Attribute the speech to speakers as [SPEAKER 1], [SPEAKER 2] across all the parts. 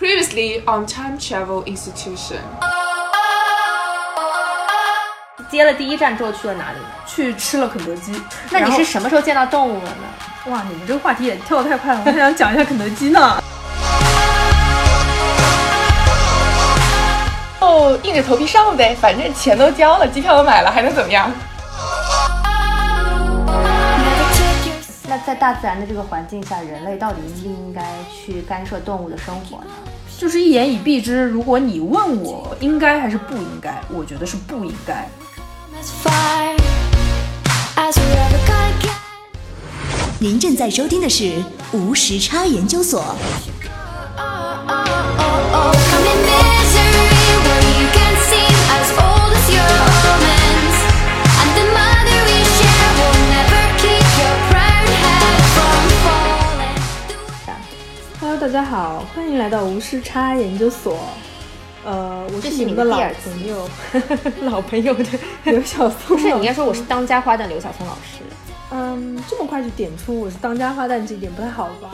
[SPEAKER 1] the on time travel institution.
[SPEAKER 2] 接了第一站之后去了哪里？
[SPEAKER 3] 去吃了肯德基。
[SPEAKER 2] 那你
[SPEAKER 3] 然后
[SPEAKER 2] 是什么时候见到动物了呢？
[SPEAKER 3] 哇，你们这个话题也跳得太快了，我还想讲一下肯德基呢。
[SPEAKER 4] 哦，硬着头皮上呗，反正钱都交了，机票都买了，还能怎么样？
[SPEAKER 2] 那在大自然的这个环境下，人类到底应不应该去干涉动物的生活呢？
[SPEAKER 3] 就是一言以蔽之，如果你问我应该还是不应该，我觉得是不应该。
[SPEAKER 5] As far as we're ever gonna get.
[SPEAKER 6] 您正在收听的是无时差研究所。
[SPEAKER 5] Oh, oh, oh, oh. Come in misery where you can seem as old as your omens. And the mother we share will never keep your proud head from falling.
[SPEAKER 7] Hello，大家好，欢迎来到无时差研究所。呃，我
[SPEAKER 2] 这
[SPEAKER 7] 是你
[SPEAKER 2] 是你
[SPEAKER 7] 们
[SPEAKER 2] 们
[SPEAKER 7] 的
[SPEAKER 2] 第
[SPEAKER 7] 老
[SPEAKER 2] 二次
[SPEAKER 7] 朋友，老朋 友的 刘晓松。
[SPEAKER 2] 不是，你应该说我是当家花旦刘晓松老师。
[SPEAKER 7] 嗯，这么快就点出我是当家花旦，这一点不太好吧？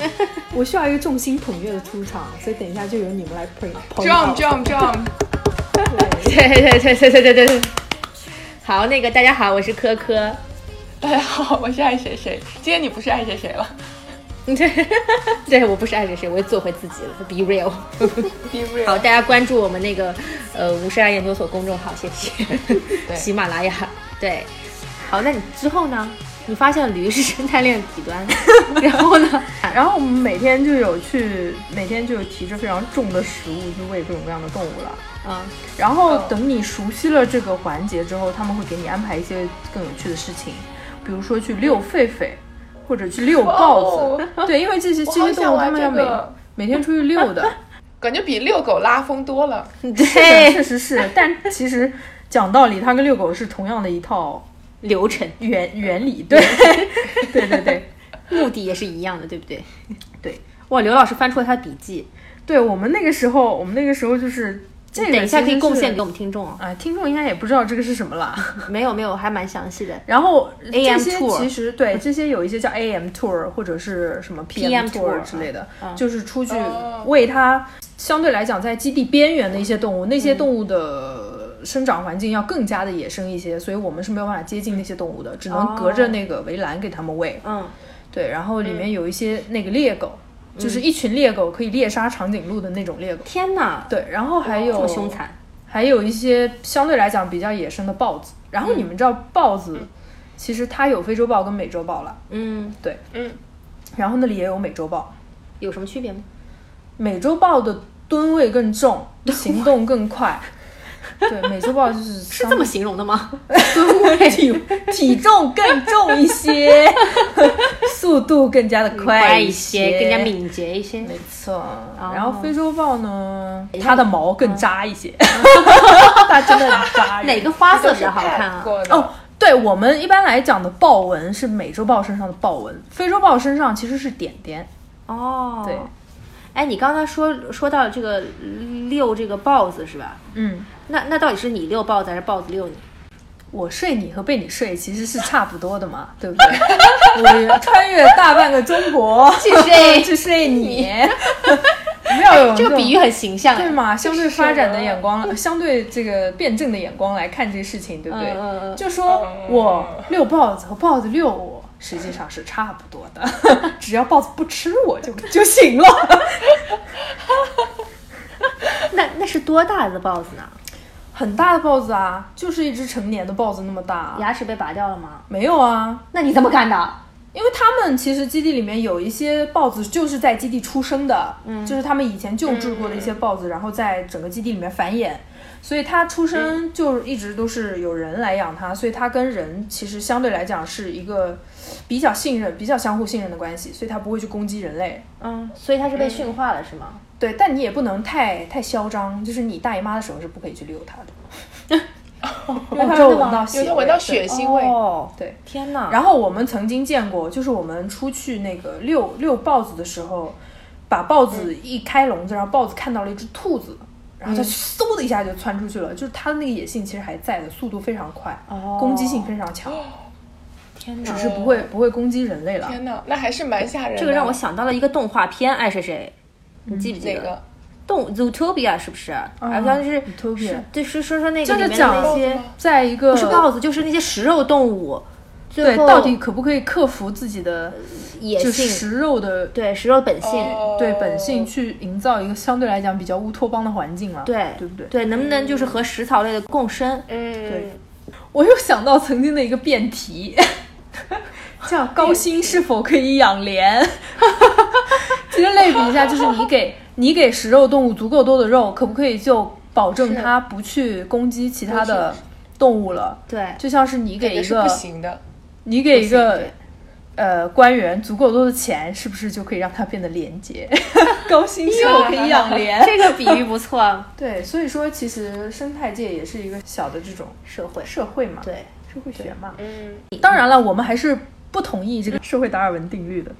[SPEAKER 7] 我需要一个众星捧月的出场，所以等一下就由你们来捧捧
[SPEAKER 1] Drum, drum,
[SPEAKER 7] 场。
[SPEAKER 1] drum.
[SPEAKER 2] 对对对对对对对对。好，那个大家好，我是科科。
[SPEAKER 4] 大家好，哎我是爱谁谁。今天你不是爱谁谁了
[SPEAKER 2] 对， 对我不是爱谁谁，我也做回自己了，be real。
[SPEAKER 4] ？Be real。
[SPEAKER 2] 好，大家关注我们那个呃无视爱研究所公众号，谢谢。喜马拉雅。对，好，那你之后呢？你发现驴是生态链的底端，然后呢？
[SPEAKER 3] 哎然后我们每天就有去，每天就有提着非常重的食物去喂各种各样的动物了。
[SPEAKER 2] 嗯，
[SPEAKER 3] 然后等你熟悉了这个环节之后，他们会给你安排一些更有趣的事情，比如说去遛狒狒，或者去遛
[SPEAKER 2] 哦
[SPEAKER 3] 豹子。对，因为这些这
[SPEAKER 4] 我好
[SPEAKER 3] 些动
[SPEAKER 4] 想
[SPEAKER 3] 物它
[SPEAKER 4] 玩
[SPEAKER 3] 们要
[SPEAKER 4] 这
[SPEAKER 3] 每、
[SPEAKER 4] 个，
[SPEAKER 3] 每天出去遛 的。
[SPEAKER 4] 感觉比遛狗拉风多了。
[SPEAKER 3] 对，确实是。但其实讲道理，它跟遛狗是同样的一套
[SPEAKER 2] 流程
[SPEAKER 3] 原原理。对， 对对对。
[SPEAKER 2] 目的也是一样的，对不 对？
[SPEAKER 3] 对。
[SPEAKER 2] 哇，刘老师翻出了他的笔记，
[SPEAKER 3] 对我们那个时候，我们那个时候就是这个，
[SPEAKER 2] 等一下可以贡献给我。们听众哦。
[SPEAKER 3] 啊、听众应该也不知道这个是什么了。
[SPEAKER 2] 没有没有，还蛮详细的。
[SPEAKER 3] 然后
[SPEAKER 2] AM
[SPEAKER 3] 这些
[SPEAKER 2] tour
[SPEAKER 3] 其实对 这些有一些叫 AM tour 或者是什么
[SPEAKER 2] PM
[SPEAKER 3] PM tour
[SPEAKER 2] tour
[SPEAKER 3] 之类的，
[SPEAKER 2] 嗯
[SPEAKER 3] 就是出去喂它。相对来讲，在基地边缘的一些动物，那些动物的生长环境要更加的野生一些，所以我们是没有办法接近那些动物的，只能隔着那个围栏给它们喂。
[SPEAKER 2] 嗯，
[SPEAKER 3] 对，然后里面有一些那个猎狗，就是一群猎狗可以猎杀长颈鹿的那种猎狗。
[SPEAKER 2] 天哪，
[SPEAKER 3] 对，然后还有哦
[SPEAKER 2] 这么哦凶残。
[SPEAKER 3] 还有一些相对来讲比较野生的豹子。然
[SPEAKER 2] 嗯
[SPEAKER 3] 后你们知道豹子，其实它有非洲豹跟美洲豹了，
[SPEAKER 2] 嗯，
[SPEAKER 3] 然后那里也有美洲豹。
[SPEAKER 2] 有什么区别吗？
[SPEAKER 3] 美洲豹的吨位更 重，行动更快。对，美洲豹就是
[SPEAKER 2] 是
[SPEAKER 3] 是
[SPEAKER 2] 这么形容的 吗？
[SPEAKER 3] 吨位体体重更重一些， 速度更加的快
[SPEAKER 2] 一
[SPEAKER 3] 些，
[SPEAKER 2] 更加哦敏捷一些。
[SPEAKER 3] 没错，然后非洲豹呢，
[SPEAKER 2] 哎
[SPEAKER 3] 它的毛
[SPEAKER 2] 嗯
[SPEAKER 3] 更扎一些，
[SPEAKER 2] 哦
[SPEAKER 3] 它真的很扎人。
[SPEAKER 2] 哪个花色比较好
[SPEAKER 4] 看
[SPEAKER 2] 看啊？
[SPEAKER 4] 过的
[SPEAKER 3] 哦，对我们一般来讲的豹纹是美洲豹身上的豹纹，非洲豹身上其实是点点。
[SPEAKER 2] 哦，
[SPEAKER 3] 对，
[SPEAKER 2] 哎，你刚才说说到这个遛这个豹子是吧？
[SPEAKER 3] 嗯，
[SPEAKER 2] 那那到底是你遛豹子还是豹子遛你？
[SPEAKER 3] 我睡你和被你睡其实是差不多的 嘛，对不对？我穿越大半个中国去
[SPEAKER 2] 睡 哎
[SPEAKER 3] 去睡 你，要有
[SPEAKER 2] 这个比喻
[SPEAKER 3] 很。
[SPEAKER 2] 很形象，
[SPEAKER 3] 对
[SPEAKER 2] 哎
[SPEAKER 3] 嘛？相对发展的眼
[SPEAKER 2] 嗯
[SPEAKER 3] 光，相对这个辩证的眼光来看这事情，对不对？
[SPEAKER 2] 嗯嗯嗯
[SPEAKER 3] 就说我遛豹子和豹子遛我，实际上是差不多 的，只要豹子不吃我就就行了。
[SPEAKER 2] 那那是多大的豹子呢？
[SPEAKER 3] 很大的豹子啊，就是一只成年的豹子那么大啊、
[SPEAKER 2] 牙齿被拔掉了吗？
[SPEAKER 3] 没有啊，
[SPEAKER 2] 那你怎么干的？
[SPEAKER 3] 因为他们其实基地里面有一些豹子就是在基地出生的，就是他们以前救治过的一些豹子，然后在整个基地里面繁衍，所以它出生就一直都是有人来养它，所以它跟人其实相对来讲是一个比较信任、比较相互信任的关系，所以它不会去攻击人类。
[SPEAKER 2] 嗯，所以它是被驯化了是吗？
[SPEAKER 3] 对，但你也不能太太嚣张，就是你大姨妈的时候是不可以去遛它的，因为它会闻到
[SPEAKER 4] 有
[SPEAKER 3] 血味，
[SPEAKER 4] 的闻到血腥味，
[SPEAKER 2] 哦，
[SPEAKER 3] 对。
[SPEAKER 2] 天哪！
[SPEAKER 3] 然后我们曾经见过，就是我们出去那个遛遛豹子的时候，把豹
[SPEAKER 2] 嗯
[SPEAKER 3] 子一开笼子，然后豹子看到了一只兔子，然后它嗖的一下就窜出去了，就是它的那个野性其实还在的，速度非常快，
[SPEAKER 2] 哦
[SPEAKER 3] 攻击性非常强，
[SPEAKER 2] 天
[SPEAKER 3] 只
[SPEAKER 2] 哪！
[SPEAKER 3] 是不会不会攻击人类了。
[SPEAKER 4] 天哪，那还是蛮吓人的。
[SPEAKER 2] 这个让我想到了一个动画片，爱谁谁，你记不记
[SPEAKER 4] 哪
[SPEAKER 2] 得？
[SPEAKER 4] 个？
[SPEAKER 2] 动 Zootopia 是不是？好像是
[SPEAKER 3] Zootopia
[SPEAKER 2] 是对，是说说那个
[SPEAKER 3] 就
[SPEAKER 2] 里
[SPEAKER 3] 是
[SPEAKER 2] 面的那
[SPEAKER 3] 讲
[SPEAKER 2] 些
[SPEAKER 3] 在一个
[SPEAKER 2] 不是豹子，就是那些食肉动物，
[SPEAKER 3] 对
[SPEAKER 2] 最后
[SPEAKER 3] 到底可不可以克服自己的
[SPEAKER 2] 野
[SPEAKER 3] 就
[SPEAKER 2] 性哦
[SPEAKER 3] 食肉的
[SPEAKER 2] 对食肉本性。
[SPEAKER 4] 哦
[SPEAKER 3] 对本性去营造一个相对来讲比较乌托邦的环境了，
[SPEAKER 2] 对哎
[SPEAKER 3] 对不对？
[SPEAKER 2] 对，能不能就是和食草类的共生？
[SPEAKER 4] 嗯，
[SPEAKER 3] 我又想到曾经的一个辩 题，叫高薪是否可以养廉？ 其实类比一下，就是你 给你给食肉动物足够多的肉，可不可以就保证它不去攻击其他的动物了？
[SPEAKER 2] 对，
[SPEAKER 3] 就像是你给
[SPEAKER 4] 也
[SPEAKER 3] 一
[SPEAKER 4] 是不
[SPEAKER 3] 个
[SPEAKER 4] 行的。
[SPEAKER 3] 你给一
[SPEAKER 2] 不行
[SPEAKER 3] 个
[SPEAKER 2] 对
[SPEAKER 3] 呃官员足够多的钱，是不是就可以让他变得廉 洁？高薪是否可以养廉？
[SPEAKER 2] 这个比喻不错。
[SPEAKER 3] 对，所以说其实生态界也是一个小的这种
[SPEAKER 2] 社会，
[SPEAKER 3] 社会嘛，
[SPEAKER 2] 对，
[SPEAKER 3] 社会学嘛。
[SPEAKER 4] 嗯，
[SPEAKER 3] 当然了，我们还是不同意这个 社会达尔文定律的。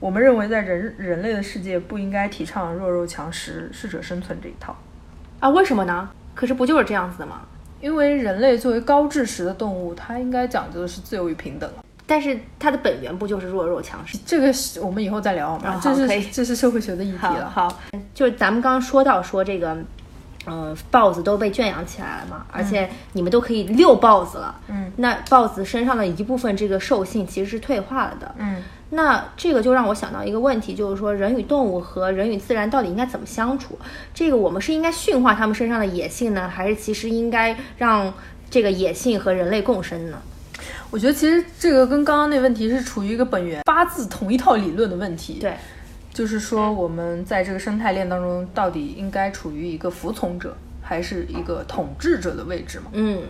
[SPEAKER 3] 我们认为，在人人类的世界不应该提倡弱肉强食、适者生存这一套，
[SPEAKER 2] 啊，为什么呢？可是不就是这样子的吗？
[SPEAKER 3] 因为人类作为高智食的动物，它应该讲究的是自由与平等。
[SPEAKER 2] 但是它的本源不就是弱肉强食？
[SPEAKER 3] 这个是我们以后再聊好吗？
[SPEAKER 2] 哦
[SPEAKER 3] 这
[SPEAKER 2] 好可以
[SPEAKER 3] 是这是社会学的议题
[SPEAKER 2] 好
[SPEAKER 3] 了。
[SPEAKER 2] 好，就是咱们刚刚说到说这个，嗯、豹子都被圈养起来了嘛，而且你们都可以遛豹子了。
[SPEAKER 3] 嗯，
[SPEAKER 2] 那豹子身上的一部分这个兽性其实是退化了的。
[SPEAKER 3] 嗯，
[SPEAKER 2] 那这个就让我想到一个问题，就是说人与动物和人与自然到底应该怎么相处？这个我们是应该驯化它们身上的野性呢，还是其实应该让这个野性和人类共生呢？
[SPEAKER 3] 我觉得其实这个跟刚刚那问题是处于一个本源发自同一套理论的问题。
[SPEAKER 2] 对，
[SPEAKER 3] 就是说我们在这个生态链当中，到底应该处于一个服从者还是一个统治者的位置嘛？
[SPEAKER 2] 嗯，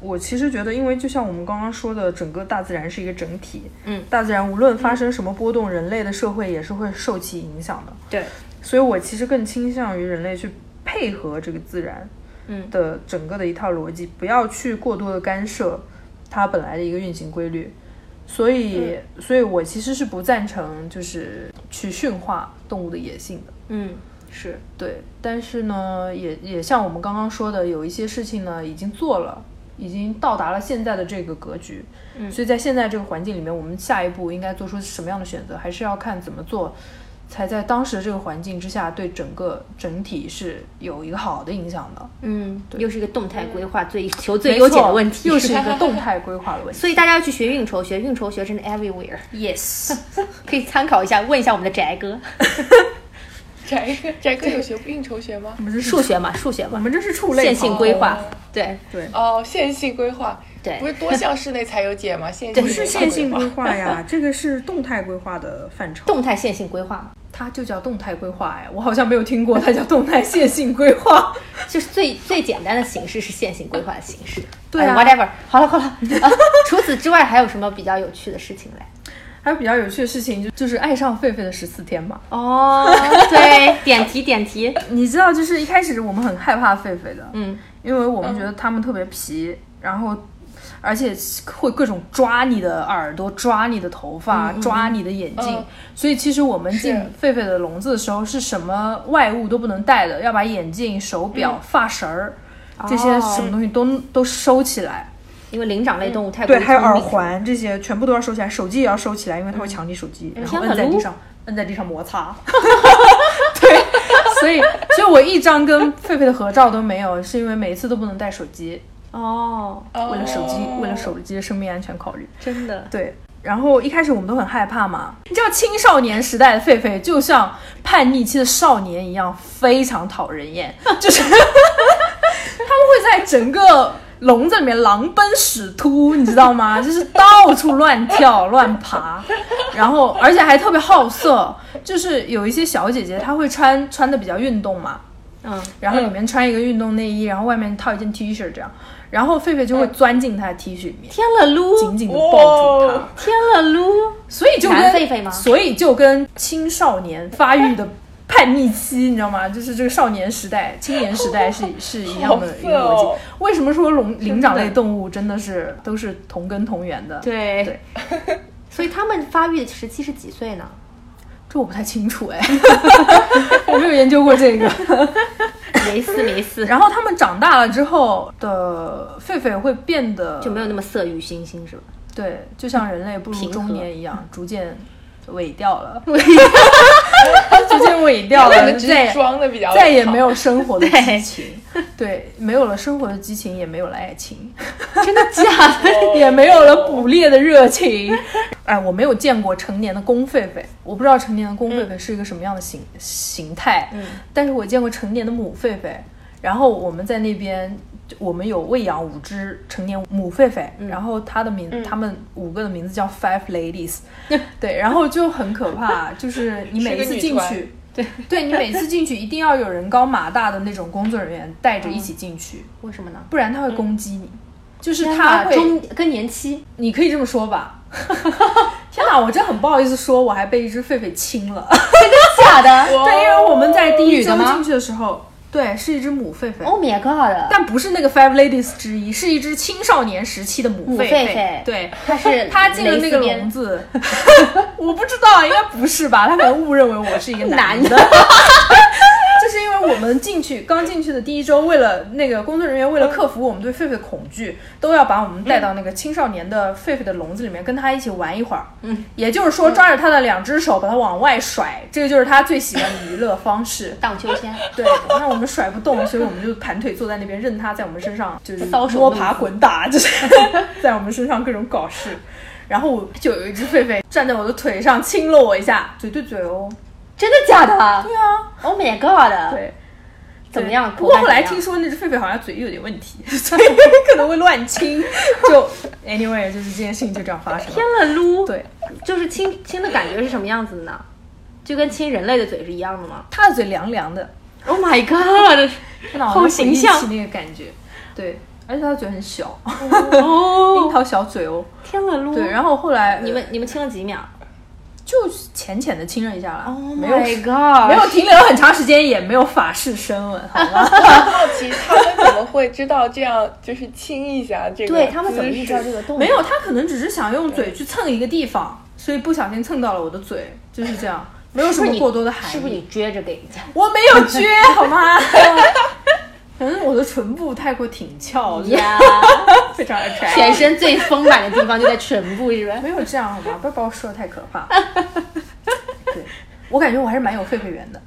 [SPEAKER 3] 我其实觉得，因为就像我们刚刚说的，整个大自然是一个整体，
[SPEAKER 2] 嗯，
[SPEAKER 3] 大自然无论发生什么波动，人类的社会也是会受其影响的，
[SPEAKER 2] 对，
[SPEAKER 3] 所以我其实更倾向于人类去配合这个自然，
[SPEAKER 2] 嗯
[SPEAKER 3] 的整个的一套逻辑，不要去过多的干涉它本来的一个运行规律。所以，所以我其实是不赞成就是去驯化动物的野性的。
[SPEAKER 2] 嗯，是，
[SPEAKER 3] 对，但是呢，也也像我们刚刚说的，有一些事情呢已经做了，已经到达了现在的这个格局。嗯，所以在现在这个环境里面，我们下一步应该做出什么样的选择，还是要看怎么做，才在当时这个环境之下对整个整体是有一个好的影响的。
[SPEAKER 2] 嗯，又是一个动态规划最求
[SPEAKER 3] 没
[SPEAKER 2] 最优解
[SPEAKER 3] 错
[SPEAKER 2] 的问题，
[SPEAKER 3] 又是一个动态规划的问题。
[SPEAKER 2] 所以大家要去学运筹学，运筹学真的 everywhere。Yes，可 以参考一下，问一下我们的宅哥，
[SPEAKER 4] 翟 哥，翟哥有学应酬学吗？
[SPEAKER 2] 数学嘛，数学
[SPEAKER 3] 我
[SPEAKER 2] 嘛，
[SPEAKER 3] 们这是畜类
[SPEAKER 2] 线性
[SPEAKER 3] 考
[SPEAKER 2] 规划，对
[SPEAKER 4] 哦，线性规划，
[SPEAKER 2] 对
[SPEAKER 4] 不是多项式内才有解 吗？线性
[SPEAKER 2] 对
[SPEAKER 4] 规划
[SPEAKER 2] 是
[SPEAKER 3] 线性规划 呀，这个是动态规划的范畴。
[SPEAKER 2] 动态线性规划嘛，
[SPEAKER 3] 它就叫动态规划哎，我好像没有听过它叫动态线性规划。
[SPEAKER 2] 就是最最简单的形式是线性规划的形式。
[SPEAKER 3] 对啊
[SPEAKER 2] 哎 whatever。好了好了、啊除此之外还有什么比较有趣的事情嘞？
[SPEAKER 3] 还有比较有趣的事情，就就是爱上狒狒的十四天嘛。
[SPEAKER 2] 哦， 对，点题点题，
[SPEAKER 3] 你知道，就是一开始我们很害怕狒狒的，
[SPEAKER 2] 嗯，
[SPEAKER 3] 因为我们觉得它们特别皮，然后而且会各种抓你的耳朵、抓你的头发、抓你的眼睛。
[SPEAKER 4] 嗯
[SPEAKER 3] 所以其实我们进
[SPEAKER 4] 是
[SPEAKER 3] 狒狒的笼子的时候，是什么外物都不能带的，要把眼镜、手表、
[SPEAKER 4] 嗯
[SPEAKER 3] 发绳儿
[SPEAKER 4] 哦
[SPEAKER 3] 这些什么东西都、都收起来。
[SPEAKER 2] 因为灵长类动物太过
[SPEAKER 3] 对，
[SPEAKER 2] 于
[SPEAKER 3] 还有
[SPEAKER 2] 聪
[SPEAKER 3] 耳
[SPEAKER 2] 明
[SPEAKER 3] 环这些全部都要收起来，手机也要收起来，因为它会抢你手机，然后
[SPEAKER 2] 天
[SPEAKER 3] 摁在
[SPEAKER 2] 可
[SPEAKER 3] 地
[SPEAKER 2] 撸
[SPEAKER 3] 上，摁在地上摩 擦。对， 所以所以我一张跟狒狒的合照都没有，是因为每一次都不能带手机，
[SPEAKER 2] 哦，
[SPEAKER 3] 为了手机，为了手机的生命安全考虑。
[SPEAKER 2] 真的
[SPEAKER 3] 对。然后一开始我们都很害怕嘛，你知道青少年时代的狒狒就像叛逆期的少年一样，非常讨人厌， 就是他们会在整个笼子里面狼奔屎突，你知道吗？就是到处乱跳乱爬，然后而且还特别好色，就是有一些小姐姐她会穿穿的比较运动嘛，
[SPEAKER 2] 嗯，
[SPEAKER 3] 然后里面穿一个运动内衣，然后外面套一件 T 恤这样，然后狒狒就会钻进她的 T 恤里面，
[SPEAKER 2] 天了
[SPEAKER 3] 紧
[SPEAKER 2] 噜，
[SPEAKER 3] 紧的抱住她。
[SPEAKER 4] 哇
[SPEAKER 2] 天了噜，
[SPEAKER 3] 所以就跟
[SPEAKER 2] 男狒狒吗
[SPEAKER 3] 所以就跟青少年发育的叛逆期，你知道吗？ 就是这个少年时代、青年时代是是一样的一个
[SPEAKER 4] 好色
[SPEAKER 3] 逻
[SPEAKER 4] 哦
[SPEAKER 3] 辑。为什么说龙灵长类动物真的是都是同根同源的？，
[SPEAKER 2] 对
[SPEAKER 3] 对，
[SPEAKER 2] 所以他们发育的时期是 几岁呢？
[SPEAKER 3] 这我不太清楚哎， 我没有研究过这个。
[SPEAKER 2] 没事没事，
[SPEAKER 3] 然后他们长大了之后的狒狒会变得
[SPEAKER 2] 就没有那么色欲熏心是吧？
[SPEAKER 3] 对，就像人类步入
[SPEAKER 2] 平和
[SPEAKER 3] 中年一样，逐渐伪掉了， 就直接伪 掉
[SPEAKER 4] 可
[SPEAKER 3] 了，
[SPEAKER 4] 能只
[SPEAKER 3] 再
[SPEAKER 4] 是
[SPEAKER 3] 也
[SPEAKER 4] 装的比较
[SPEAKER 3] 再也
[SPEAKER 4] 好
[SPEAKER 3] 没有生活的激
[SPEAKER 2] 对
[SPEAKER 3] 情，对，没有了生活的激情，也没有了爱情，
[SPEAKER 2] 真的假的？
[SPEAKER 3] 也没有了捕猎的热情。哎，我没有见过成年的公狒狒，我不知道成年的公
[SPEAKER 4] 嗯
[SPEAKER 3] 狒狒是一个什么样的形、形态，但是我见过成年的母狒狒。然后我们在那边，我们有喂养五只成年母狒狒，
[SPEAKER 4] 嗯
[SPEAKER 3] 然后它的名，它们五个的名字叫 Five Ladies，对，
[SPEAKER 4] 嗯
[SPEAKER 3] 然后就很可 怕，就是你每一次
[SPEAKER 4] 是
[SPEAKER 3] 进
[SPEAKER 4] 个女
[SPEAKER 3] 去。对，对你每次进去一定要有人高马大的那种工作人员带着一起进去，
[SPEAKER 4] 嗯
[SPEAKER 2] 为什么呢？
[SPEAKER 3] 不然他会攻击你。就是
[SPEAKER 2] 天
[SPEAKER 3] 他
[SPEAKER 2] 哪
[SPEAKER 3] 会
[SPEAKER 2] 中更年期，
[SPEAKER 3] 你可以这么说吧。 天哪，我真很不好意思说，我还被一只狒狒亲了。
[SPEAKER 2] 假的
[SPEAKER 3] 对，因为我们在第一
[SPEAKER 2] 女的
[SPEAKER 3] 周
[SPEAKER 2] 吗
[SPEAKER 3] 进去的哦时候，对，是一只母狒狒。
[SPEAKER 2] ，Oh my god！
[SPEAKER 3] 但不是那个 Five Ladies 之一，是一只青少年时期的母
[SPEAKER 2] 母
[SPEAKER 3] 狒
[SPEAKER 2] 狒狒
[SPEAKER 3] 对，
[SPEAKER 2] 它是
[SPEAKER 3] 它进了
[SPEAKER 2] 蕾
[SPEAKER 3] 那
[SPEAKER 2] 丝
[SPEAKER 3] 个
[SPEAKER 2] 边
[SPEAKER 3] 笼子， 我不知道，应该不是吧？它可能误认为我是一个男的。 就是因为我们进去刚进去的第一周，为了那个工作人员为了克服我们对狒狒的恐惧，都要把我们带到那个青少年的狒狒的笼子里面，跟他一起玩一会儿。嗯，也就是说，抓着他的两只手，把他往外甩，这个就是他最喜欢的娱乐方式。
[SPEAKER 2] 荡秋千，
[SPEAKER 3] 对，那我们甩不动，所以我们就盘腿坐在那边，任它在我们身上就是
[SPEAKER 2] 搔首
[SPEAKER 3] 摸
[SPEAKER 2] 弄
[SPEAKER 3] 爬
[SPEAKER 2] 姿
[SPEAKER 3] 滚打，就是 在我们身上各种搞事。然后我就有一只狒狒站在我的腿上亲了我一下，嘴对嘴哦。
[SPEAKER 2] 真的假的
[SPEAKER 3] 对啊，
[SPEAKER 2] ？Oh my god！
[SPEAKER 3] 对，
[SPEAKER 2] 怎么样？
[SPEAKER 3] 不过
[SPEAKER 2] 口感
[SPEAKER 3] 后来
[SPEAKER 2] 怎
[SPEAKER 3] 听
[SPEAKER 2] 么样
[SPEAKER 3] 说那只狒狒好像嘴有点问 题，所以可能会乱 亲。就 anyway，就是这件事情就这样发生了。
[SPEAKER 2] 天了撸，
[SPEAKER 3] 对，
[SPEAKER 2] 就是亲亲的感觉是什么样子的呢？就跟亲人类的嘴是一样的吗
[SPEAKER 3] 它的嘴凉凉的，
[SPEAKER 2] ？Oh my god！
[SPEAKER 3] 看到
[SPEAKER 2] 好形象
[SPEAKER 3] 那个感觉。对，而且它的嘴很小， 樱
[SPEAKER 2] 哦，
[SPEAKER 3] 桃小嘴哦。
[SPEAKER 2] 天了撸。
[SPEAKER 3] 对，然后后来
[SPEAKER 2] 你们你们亲了几秒
[SPEAKER 3] 就浅浅的亲了一下了
[SPEAKER 2] 哦
[SPEAKER 3] 没有
[SPEAKER 2] Oh my god！
[SPEAKER 3] 没有停留很长时间，也没有法式深吻，好 吗？
[SPEAKER 4] 好奇他们怎么会知道这样就是亲一下这个？
[SPEAKER 2] 对他们怎么意识到这
[SPEAKER 4] 个？
[SPEAKER 2] 个动物？
[SPEAKER 3] 没有，他可能只是想用嘴去蹭一个地方，所以不小心蹭到了我的嘴，就是这样，没有
[SPEAKER 2] 是
[SPEAKER 3] 什
[SPEAKER 2] 不是
[SPEAKER 3] 么
[SPEAKER 2] 你
[SPEAKER 3] 过多的含义。
[SPEAKER 2] 是不是你撅着给人 家？
[SPEAKER 3] 我没有撅， 好吗？可能我的唇部太过挺翘，就是
[SPEAKER 2] 呀，
[SPEAKER 3] 非常 attractive
[SPEAKER 2] 全身最丰满的地方就在唇部，是吧？
[SPEAKER 3] 没有这样好吗？不要把我说的太可 怕。对，我感觉我还是蛮有狒狒缘 的。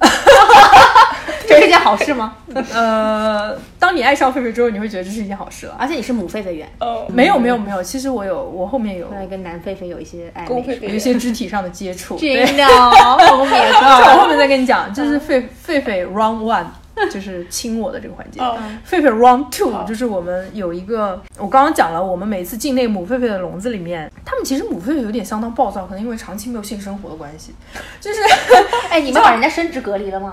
[SPEAKER 2] 这是件好事吗？
[SPEAKER 3] 呃，当你爱上狒狒之后，你会觉得这是一件好事了。
[SPEAKER 2] 而且你是母狒狒缘，
[SPEAKER 4] 嗯，
[SPEAKER 3] 没有没有没有，其实我有，我后面有
[SPEAKER 2] 后来跟男狒狒有一些暧
[SPEAKER 4] 公
[SPEAKER 2] 昧
[SPEAKER 4] 会。
[SPEAKER 3] 有一些肢体上的接触。呃对，
[SPEAKER 2] 真的，Oh my
[SPEAKER 3] 我
[SPEAKER 2] god！
[SPEAKER 3] 后面再跟你讲，就是狒狒狒 round one 就是亲我的这个环节，
[SPEAKER 4] 嗯
[SPEAKER 3] 狒狒 round two 就是我们有一个，我刚刚讲了，我们每次进那个母狒狒的笼子里面，它们其实母狒狒有点相当暴躁，可能因为长期没有性生活的关系，就是
[SPEAKER 2] 哎，你们把人家生殖隔离了吗？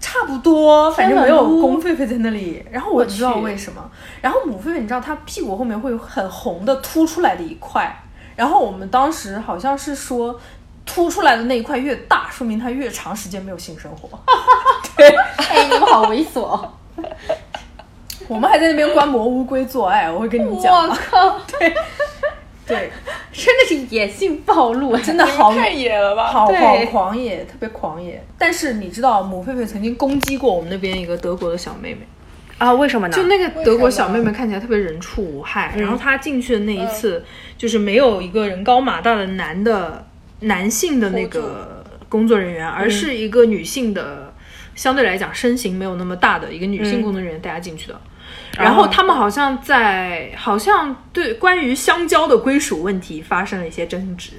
[SPEAKER 3] 差不多，反正没有
[SPEAKER 2] 天冷
[SPEAKER 3] 公狒狒在那里。然后我
[SPEAKER 2] 我
[SPEAKER 3] 不知道
[SPEAKER 2] 去
[SPEAKER 3] 为什么。然后母狒狒，你知道它屁股后面会有很红的凸出来的一块。然后我们当时好像是说，凸出来的那一块越大，说明它越长时间没有性生活。
[SPEAKER 2] 哎，你们好猥琐哦！
[SPEAKER 3] 我们还在那边观摩乌龟做爱，我会跟你们讲。啊
[SPEAKER 2] 我靠，
[SPEAKER 3] 对，
[SPEAKER 2] 真的是野性暴露，
[SPEAKER 3] 真的好
[SPEAKER 4] 太野了吧？
[SPEAKER 3] 好
[SPEAKER 2] 对
[SPEAKER 3] 好狂野，特别狂野。但是你知道，母狒狒曾经攻击过我们那边一个德国的小妹妹。
[SPEAKER 2] 啊！为什么呢嗯
[SPEAKER 3] 就那个德国小妹妹看起来特别人畜无害，然后她进去的那一次，就是没有一个人高马大的男的男性的那个工作人
[SPEAKER 2] 嗯
[SPEAKER 3] 员，而是一个女性的，相对来讲身形没有那么大的一个女性工作人员带她进去的。
[SPEAKER 2] 嗯
[SPEAKER 3] 然后他们好像在，好像对关于香蕉的归属问题发生了一些争执，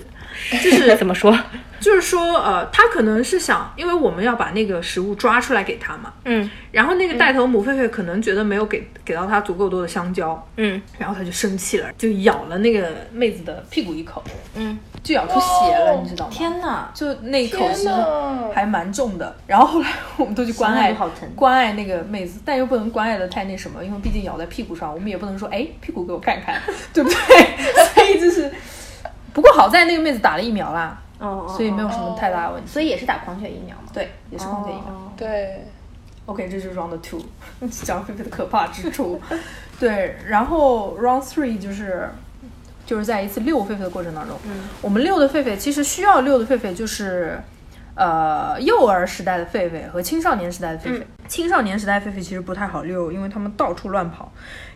[SPEAKER 3] 就是
[SPEAKER 2] 怎么说？
[SPEAKER 3] 就是说，呃，他可能是想，因为我们要把那个食物抓出来给他嘛，
[SPEAKER 2] 嗯
[SPEAKER 3] 然后那个带头母狒狒可能觉得没有给给到它足够多的香蕉，
[SPEAKER 2] 嗯，
[SPEAKER 3] 然后它就生气了，就咬了那个妹子的屁股一口，
[SPEAKER 2] 嗯，哦
[SPEAKER 3] 就咬出血了，你知道吗？
[SPEAKER 2] 天哪！
[SPEAKER 3] 就那一口
[SPEAKER 4] 天
[SPEAKER 3] 是
[SPEAKER 4] 哪
[SPEAKER 3] 还蛮重的。然后后来我们都去关爱，
[SPEAKER 2] 想想就好疼
[SPEAKER 3] 关爱那个妹子，但又不能关爱的太那什么，因为毕竟咬在屁股上，我们也不能说哎屁股给我看 看，对不对？所以就是，不过好在那个妹子打了疫苗啦，
[SPEAKER 2] 哦，
[SPEAKER 3] 所以没
[SPEAKER 2] 有，
[SPEAKER 3] 有什么太大的问题。
[SPEAKER 2] 所以也是打狂犬疫苗嘛。
[SPEAKER 3] 对，也是狂犬疫苗。
[SPEAKER 2] 哦
[SPEAKER 4] 对，
[SPEAKER 3] OK，这就是 Round Two，讲 狒狒的可怕之处。对，然后 Round Three 就是就是在一次遛狒狒的过程当中，
[SPEAKER 4] 嗯
[SPEAKER 3] 我们遛的狒狒其实需要遛的狒狒就是。呃，幼儿时代的狒狒和青少年时代的狒
[SPEAKER 4] 嗯
[SPEAKER 3] 狒，青少年时代狒狒其实不太好遛，因为它们到处乱跑。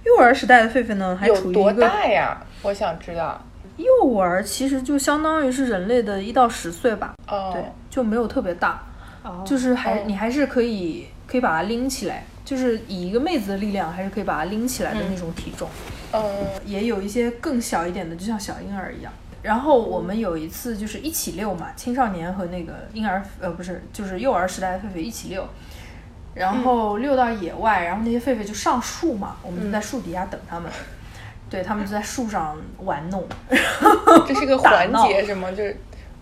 [SPEAKER 3] 幼儿时代的狒狒呢，还
[SPEAKER 4] 有
[SPEAKER 3] 处于
[SPEAKER 4] 多
[SPEAKER 3] 一个
[SPEAKER 4] 大呀？我想知道。
[SPEAKER 3] 幼儿其实就相当于是人类的一到十岁吧，
[SPEAKER 4] 哦，
[SPEAKER 3] 对，就没有特别大，就是还、你还是可以可以把它拎起来，就是以一个妹子的力量，还是可以把它拎起来的那种体重。
[SPEAKER 4] 嗯，
[SPEAKER 3] 也有一些更小一点的，就像小婴儿一样。然后我
[SPEAKER 4] 嗯
[SPEAKER 3] 们有一次就是一起遛嘛，青少年和那个婴儿呃不是就是幼儿时代的狒狒一起遛，然后
[SPEAKER 4] 嗯
[SPEAKER 3] 遛到野外，然后那些狒狒就上树嘛，我们就在树底下等他们，对他们就在树上玩弄，
[SPEAKER 4] 这是个
[SPEAKER 3] 打
[SPEAKER 4] 环
[SPEAKER 3] 闹
[SPEAKER 4] 节是吗？就是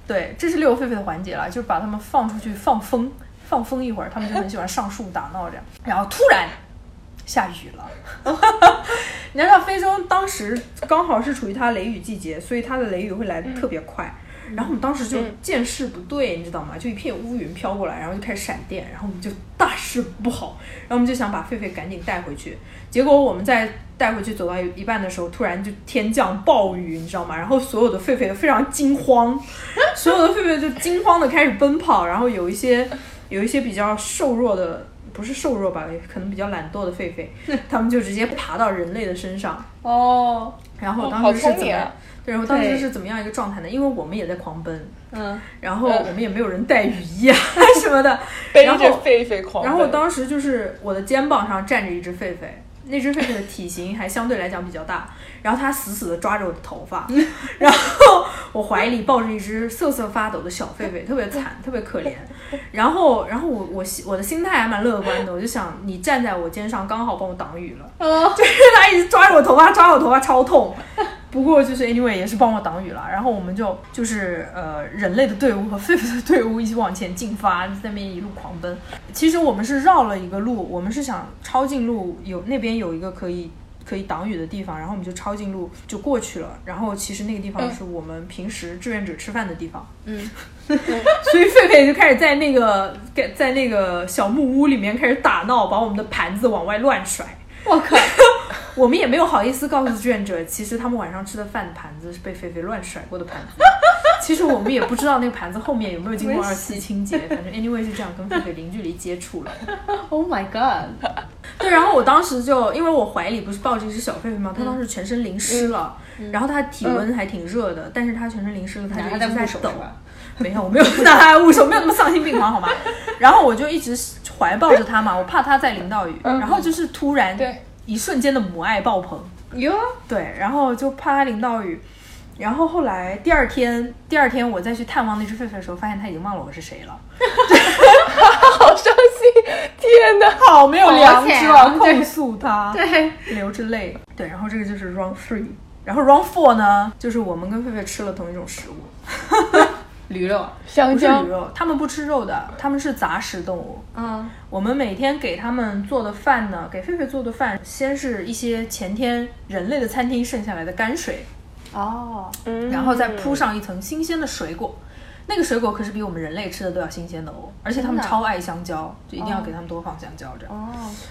[SPEAKER 3] 对，这是遛狒狒的环节了，就是把它们放出去放风，放风一会儿，它们就很喜欢上树打闹这样。然后突然下雨了，你知道非洲当时刚好是处于它雷雨季节，所以它的雷雨会来的特别快。然后我们当时就
[SPEAKER 4] 嗯
[SPEAKER 3] 见势不对，你知道吗？就一片乌云飘过来，然后就开始闪电，然后我们就大事不好，然后我们就想把狒狒赶紧带回去。结果我们在带回去走到一半的时候，突然就天降暴雨，你知道吗？然后所有的狒狒都非常惊慌，所有的狒狒就惊慌的开始奔跑，然后有一些有一些比较瘦弱的，不是瘦弱吧，可能比较懒惰的狒狒， 他们就直接爬到人类的身上。
[SPEAKER 4] 哦，
[SPEAKER 3] 然后我
[SPEAKER 4] 哦
[SPEAKER 3] 当
[SPEAKER 4] 好
[SPEAKER 3] 时是
[SPEAKER 4] 聪
[SPEAKER 3] 怎么
[SPEAKER 4] 明
[SPEAKER 3] 样？
[SPEAKER 4] 啊
[SPEAKER 3] 对，我当时
[SPEAKER 7] 对
[SPEAKER 3] 是怎么样一个状态呢？因为我们也在狂奔，
[SPEAKER 7] 嗯，
[SPEAKER 3] 然后我们也没有人带雨衣啊 什么的，
[SPEAKER 4] 背
[SPEAKER 3] 然
[SPEAKER 4] 着
[SPEAKER 3] 后
[SPEAKER 4] 狒狒狂奔，
[SPEAKER 3] 然后我当时就是我的肩膀上站着一只狒狒，那只狒狒的体型还相对来讲比较大，然后它死死的抓着我的头发，然后我怀里抱着一只瑟瑟发抖的小狒狒，特别惨，特别可怜。然后，然后我我心我的心态还蛮乐观的，我就想你站在我肩上刚好帮我挡雨了， 就是它一直抓着我头发，抓着我头发超痛。不过就是 anyway 也是帮我挡雨了，然后我们就就是呃人类的队伍和狒狒的队伍一起往前进发，在那边一路狂奔。其实我们是绕了一个路，我们是想抄近路，有那边有一个可以可以挡雨的地方，然后我们就抄近路就过去了。然后其实那个地方
[SPEAKER 4] 嗯
[SPEAKER 3] 是我们平时志愿者吃饭的地方，嗯，所以狒狒就开始在那个在在那个小木屋里面开始打闹，把我们的盘子往外乱甩。
[SPEAKER 7] 我靠，
[SPEAKER 3] 我们也没有好意思告诉志愿者，其实他们晚上吃的饭盘子是被狒狒乱甩过的盘子。 其实我们也不知道那个盘子后面有没有经过二次清洁，反正 anyway 是这样跟狒狒零距离接触了。
[SPEAKER 7] Oh my god！
[SPEAKER 3] 对，然后我当时就因为我怀里不是抱着一只小狒狒嘛，它当时全身淋湿了，
[SPEAKER 7] 嗯
[SPEAKER 3] 然后它体温还挺热的，但是它全身淋湿了，它就一直
[SPEAKER 7] 在
[SPEAKER 3] 在
[SPEAKER 7] 捂手
[SPEAKER 3] 抖
[SPEAKER 7] 是吧。
[SPEAKER 3] 没有，我没有拿它来捂手，没有那么丧心病狂，好 吗？然后我就一直怀抱着它嘛，我怕它再淋到雨。
[SPEAKER 7] 嗯
[SPEAKER 3] 然后就是突然
[SPEAKER 4] 对
[SPEAKER 3] 一瞬间的母爱爆棚，
[SPEAKER 7] 哟，
[SPEAKER 3] 对，然后就怕它淋到雨。然后后来第二天，第二天我再去探望那只狒狒的时候，发现它已经忘了我是谁了，
[SPEAKER 4] 好伤心，天哪！
[SPEAKER 3] 好没有良
[SPEAKER 7] 好
[SPEAKER 3] 知
[SPEAKER 7] 惨
[SPEAKER 3] 啊！
[SPEAKER 7] 啊
[SPEAKER 3] 控诉它，
[SPEAKER 7] 对，
[SPEAKER 3] 流着泪。对，然后这个就是 round three，然后 round four 呢，就是我们跟狒狒吃了同一种食物，
[SPEAKER 7] 驴肉，
[SPEAKER 4] 香
[SPEAKER 3] 不是
[SPEAKER 4] 蕉
[SPEAKER 3] 鱼，肉，他们不吃肉的，他们是杂食动物。
[SPEAKER 7] 嗯，
[SPEAKER 3] 我们每天给他们做的饭呢，给狒狒做的饭，先是一些前天人类的餐厅剩下来的泔水，
[SPEAKER 7] 哦，
[SPEAKER 4] 嗯
[SPEAKER 3] 然后再铺上一层新鲜的水果。那个水果可是比我们人类吃的都要新鲜的哦，而且他
[SPEAKER 7] 真
[SPEAKER 3] 们
[SPEAKER 7] 的啊
[SPEAKER 3] 超爱香蕉，就一定要给他们多放香蕉这
[SPEAKER 7] 哦，
[SPEAKER 3] 样。